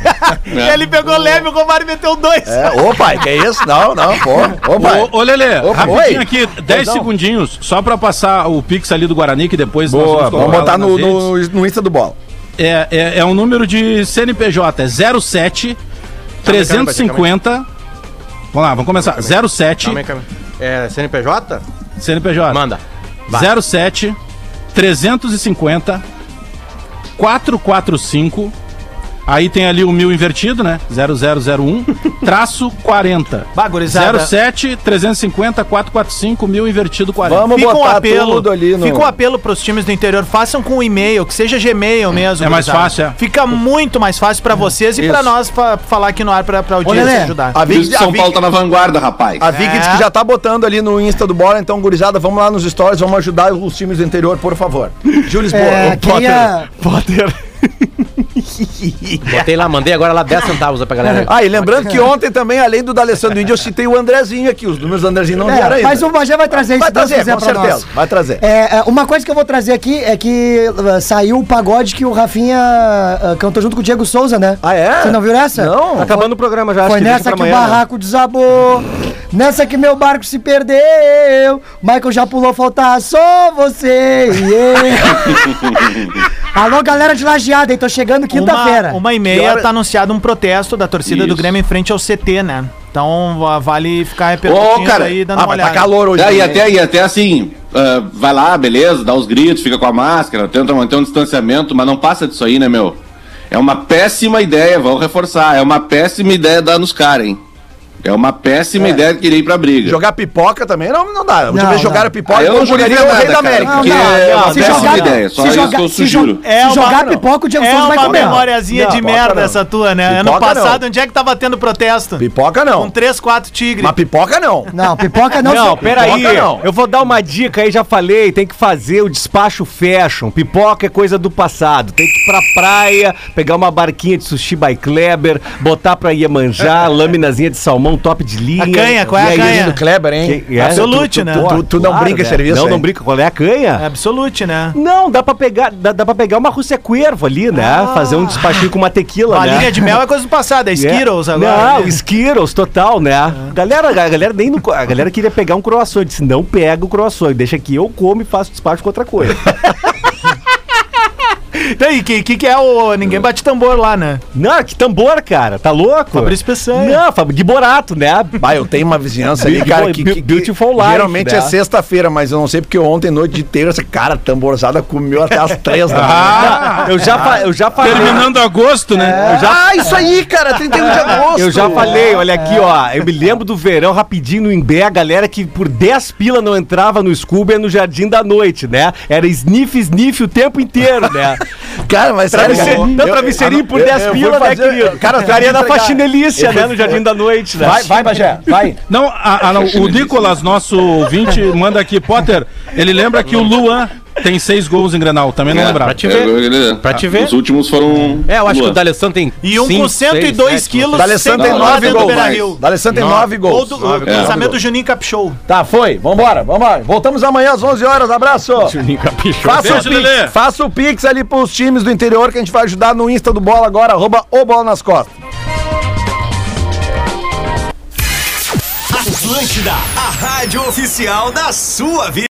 [SPEAKER 5] e ele pegou leve, o Romário meteu dois.
[SPEAKER 2] É, ô pai, que isso? Não, não, pô. Ô pai.
[SPEAKER 6] Ô, ô Lelê,
[SPEAKER 2] Opa, oi.
[SPEAKER 6] rapidinho aqui, 10
[SPEAKER 2] Perdão.
[SPEAKER 6] segundinhos, só pra passar o Pix ali do Guarani, que depois
[SPEAKER 2] Boa,
[SPEAKER 6] vamos
[SPEAKER 2] vamos
[SPEAKER 6] colocar
[SPEAKER 2] botar
[SPEAKER 6] lá
[SPEAKER 2] no,
[SPEAKER 6] nas redes.
[SPEAKER 2] no, no Insta do Bola.
[SPEAKER 6] É, é, é um número de CNPJ, é 07 350. Vamos lá, vamos começar. 07
[SPEAKER 8] É, CNPJ?
[SPEAKER 6] CNPJ.
[SPEAKER 8] Manda.
[SPEAKER 6] 07 350 445. Aí tem ali o mil invertido, né? 0001 traço 40.
[SPEAKER 5] Bagurizada.
[SPEAKER 6] 07 350 445 mil invertido 40.
[SPEAKER 2] Vamos
[SPEAKER 5] Fica um
[SPEAKER 2] botar
[SPEAKER 5] apelo,
[SPEAKER 2] tudo ali no...
[SPEAKER 5] fica um apelo pros times do interior, façam com e-mail, que seja Gmail mesmo.
[SPEAKER 6] É mais
[SPEAKER 5] gurizada.
[SPEAKER 6] fácil, é.
[SPEAKER 5] Fica muito mais fácil pra vocês e pra nós fa- falar aqui no ar pra, pra audiência
[SPEAKER 3] Lelê,
[SPEAKER 5] ajudar.
[SPEAKER 2] A
[SPEAKER 7] Por isso
[SPEAKER 2] Vic,
[SPEAKER 7] que
[SPEAKER 2] a
[SPEAKER 7] São
[SPEAKER 2] Vic,
[SPEAKER 7] Paulo tá na vanguarda, rapaz.
[SPEAKER 2] a Vic
[SPEAKER 3] É.
[SPEAKER 2] diz que já tá botando ali no Insta do Bola, então, gurizada, vamos lá nos stories, vamos ajudar os times do interior, por favor. Júlio Lisboa.
[SPEAKER 3] É,
[SPEAKER 2] Ô,
[SPEAKER 3] queria...
[SPEAKER 8] Botei lá, mandei agora lá 10 centavos pra galera.
[SPEAKER 2] Ah, e lembrando que ontem também, além do D'Alessandro Índio, eu citei o Andrezinho aqui. Os números do Andrezinho não vieram
[SPEAKER 3] É,
[SPEAKER 2] ainda.
[SPEAKER 3] mas o Bagé vai trazer isso,
[SPEAKER 2] Vai
[SPEAKER 3] se Deus
[SPEAKER 2] trazer,
[SPEAKER 3] quiser,
[SPEAKER 2] com
[SPEAKER 3] pra nós.
[SPEAKER 2] certeza. Vai trazer.
[SPEAKER 3] É, é, uma coisa que eu vou trazer aqui é que uh, saiu o pagode que o Rafinha uh, cantou junto com o Diego Souza, né?
[SPEAKER 2] Ah, é?
[SPEAKER 3] Você não viu essa?
[SPEAKER 2] Não.
[SPEAKER 3] Foi-
[SPEAKER 4] Acabando o programa já,
[SPEAKER 3] Foi
[SPEAKER 4] deixa
[SPEAKER 3] nessa que
[SPEAKER 4] pra
[SPEAKER 3] o
[SPEAKER 4] amanhã, né?
[SPEAKER 3] barraco desabou. Nessa que meu barco se perdeu, Michael já pulou, faltar só você. yeah. Alô, galera de Lajeada, hein? Tô chegando quinta-feira.
[SPEAKER 5] Uma, uma e meia tá anunciado um protesto da torcida do
[SPEAKER 7] Isso.
[SPEAKER 5] Grêmio em frente ao CT, né? Então ah, vale ficar
[SPEAKER 7] Ô, cara,
[SPEAKER 5] aí dando
[SPEAKER 2] Ah,
[SPEAKER 5] uma
[SPEAKER 2] mas tá
[SPEAKER 5] olhada.
[SPEAKER 2] calor hoje.
[SPEAKER 7] É, e,
[SPEAKER 2] né?
[SPEAKER 7] até, e até assim, ah, vai lá, beleza, dá os gritos, fica com a máscara, tenta manter um distanciamento, mas não passa disso aí, né, meu? É uma péssima ideia, vamos reforçar. É uma péssima ideia dar nos caras, hein? É uma péssima ideia de querer ir pra briga.
[SPEAKER 2] Jogar pipoca também não, não dá. A última
[SPEAKER 3] Não,
[SPEAKER 2] vez jogaram
[SPEAKER 3] não.
[SPEAKER 2] pipoca,
[SPEAKER 7] Ah, eu não jogaria
[SPEAKER 2] o Rei
[SPEAKER 7] nada,
[SPEAKER 2] da
[SPEAKER 7] cara.
[SPEAKER 2] América.
[SPEAKER 7] Porque é uma péssima ideia, só isso que eu
[SPEAKER 3] se jo-
[SPEAKER 7] sugiro.
[SPEAKER 5] É
[SPEAKER 3] se
[SPEAKER 5] uma-
[SPEAKER 3] jogar
[SPEAKER 5] não.
[SPEAKER 3] pipoca, o Diego
[SPEAKER 5] É
[SPEAKER 3] Souza vai
[SPEAKER 5] uma
[SPEAKER 3] comer.
[SPEAKER 5] memóriazinha
[SPEAKER 2] Não,
[SPEAKER 5] de
[SPEAKER 2] pipoca
[SPEAKER 5] merda
[SPEAKER 2] não.
[SPEAKER 5] essa tua, né? ano
[SPEAKER 2] Pipoca
[SPEAKER 5] passado,
[SPEAKER 2] não.
[SPEAKER 5] onde é que tava tendo protesto?
[SPEAKER 2] Pipoca não.
[SPEAKER 5] Com três, quatro tigres.
[SPEAKER 2] Mas pipoca não.
[SPEAKER 3] Não, pipoca não.
[SPEAKER 4] Não,
[SPEAKER 3] se-
[SPEAKER 4] peraí.
[SPEAKER 2] pipoca não.
[SPEAKER 4] Eu vou dar uma dica aí, já falei. Tem que fazer o despacho fashion. Pipoca é coisa do passado. Tem que ir pra praia, pegar uma barquinha de sushi by Kleber, botar pra Iemanjá, laminazinha de salmão, top de linha.
[SPEAKER 5] A canha, qual é a
[SPEAKER 4] E aí,
[SPEAKER 5] canha?
[SPEAKER 4] isso-
[SPEAKER 2] Kleber, hein?
[SPEAKER 4] Que- é?
[SPEAKER 5] Absolute, né?
[SPEAKER 2] Tu, tu não
[SPEAKER 4] Claro,
[SPEAKER 2] brinca
[SPEAKER 4] velho.
[SPEAKER 2] esse serviço
[SPEAKER 4] Não,
[SPEAKER 2] aí.
[SPEAKER 4] não brinca. Qual é a
[SPEAKER 5] É
[SPEAKER 4] canha?
[SPEAKER 5] absolute, né?
[SPEAKER 4] Não, dá pra pegar, dá, dá pra pegar uma Rússia Cuervo ali, né? Fazer um despachinho com uma tequila,
[SPEAKER 5] A
[SPEAKER 4] né?
[SPEAKER 5] linha de mel é coisa do passado, é
[SPEAKER 4] Yeah.
[SPEAKER 5] Skittles agora. É.
[SPEAKER 4] Não, Skittles, total, né? Galera, a galera nem no, a galera queria pegar um croissant. Eu Disse, não pega o croissant, deixa que eu como e faço despacho com outra coisa.
[SPEAKER 5] Daí, que, que que é o... Ninguém bate tambor lá, né?
[SPEAKER 4] não, que tambor, cara, tá louco?
[SPEAKER 5] Fabrício Peçanha.
[SPEAKER 4] Não, Fab... de Borato, né?
[SPEAKER 2] Bah, eu tenho uma vizinhança ali, cara, que, que, que
[SPEAKER 4] Beautiful life,
[SPEAKER 2] geralmente
[SPEAKER 4] né?
[SPEAKER 2] é sexta-feira, mas eu não sei porque ontem, noite de terça, cara, a tamborzada comeu até as três da manhã.
[SPEAKER 5] Ah!
[SPEAKER 4] Eu já, fa- eu já falei.
[SPEAKER 6] Terminando agosto, né?
[SPEAKER 2] Ah, isso aí, cara, 31 de agosto.
[SPEAKER 4] Eu já falei, olha aqui,
[SPEAKER 5] É.
[SPEAKER 4] ó. Eu me lembro do verão rapidinho no Imbé, a galera que por 10 pila não entrava no Scuba no Jardim da Noite, né? Era sniff, sniff o tempo inteiro, né?
[SPEAKER 2] Cara, mas sério,
[SPEAKER 4] Travesse-
[SPEAKER 2] cara,
[SPEAKER 4] não,
[SPEAKER 2] eu-
[SPEAKER 4] travesseirinho
[SPEAKER 2] eu-
[SPEAKER 4] por
[SPEAKER 2] eu-
[SPEAKER 4] 10
[SPEAKER 2] eu fui
[SPEAKER 4] pila, né,
[SPEAKER 2] fazer-
[SPEAKER 4] querido?
[SPEAKER 2] Cara,
[SPEAKER 4] ficaria na
[SPEAKER 2] entregar-
[SPEAKER 4] faxinelícia,
[SPEAKER 2] eu
[SPEAKER 4] né?
[SPEAKER 2] fui-
[SPEAKER 4] No Jardim da Noite, né?
[SPEAKER 2] Vai, vai, Bagé, vai.
[SPEAKER 6] Não, a- a- não, o Nicolas, nosso ouvinte, manda aqui, Potter, ele lembra que o Luan tem seis gols em Grenal, também
[SPEAKER 7] É,
[SPEAKER 6] não
[SPEAKER 8] É,
[SPEAKER 6] lembrava.
[SPEAKER 8] pra te ver.
[SPEAKER 7] ele- Ah,
[SPEAKER 8] Pra te ver.
[SPEAKER 7] Os últimos foram.
[SPEAKER 8] É, eu acho que
[SPEAKER 7] Luan.
[SPEAKER 8] o D'Alessandro tem.
[SPEAKER 5] E um
[SPEAKER 8] cinco,
[SPEAKER 5] com
[SPEAKER 8] seis,
[SPEAKER 5] 102
[SPEAKER 8] sete,
[SPEAKER 5] quilos,
[SPEAKER 2] D'Alessandro tem
[SPEAKER 5] sem
[SPEAKER 7] nove
[SPEAKER 5] bola do
[SPEAKER 7] gols,
[SPEAKER 5] Beira-Rio.
[SPEAKER 2] D'Alessandro tem nove
[SPEAKER 5] Gol
[SPEAKER 2] gols.
[SPEAKER 5] do- O lançamento do Juninho Capixou.
[SPEAKER 2] Tá, foi. Vambora, vambora. Voltamos amanhã às 11 horas. Abraço. Faça o,
[SPEAKER 6] Beijo, Lelê.
[SPEAKER 2] pix, faça o pix ali pros times do interior que a gente vai ajudar no Insta do Bola agora, arroba o Bola nas costas.
[SPEAKER 9] Atlântida, a rádio oficial da sua vida.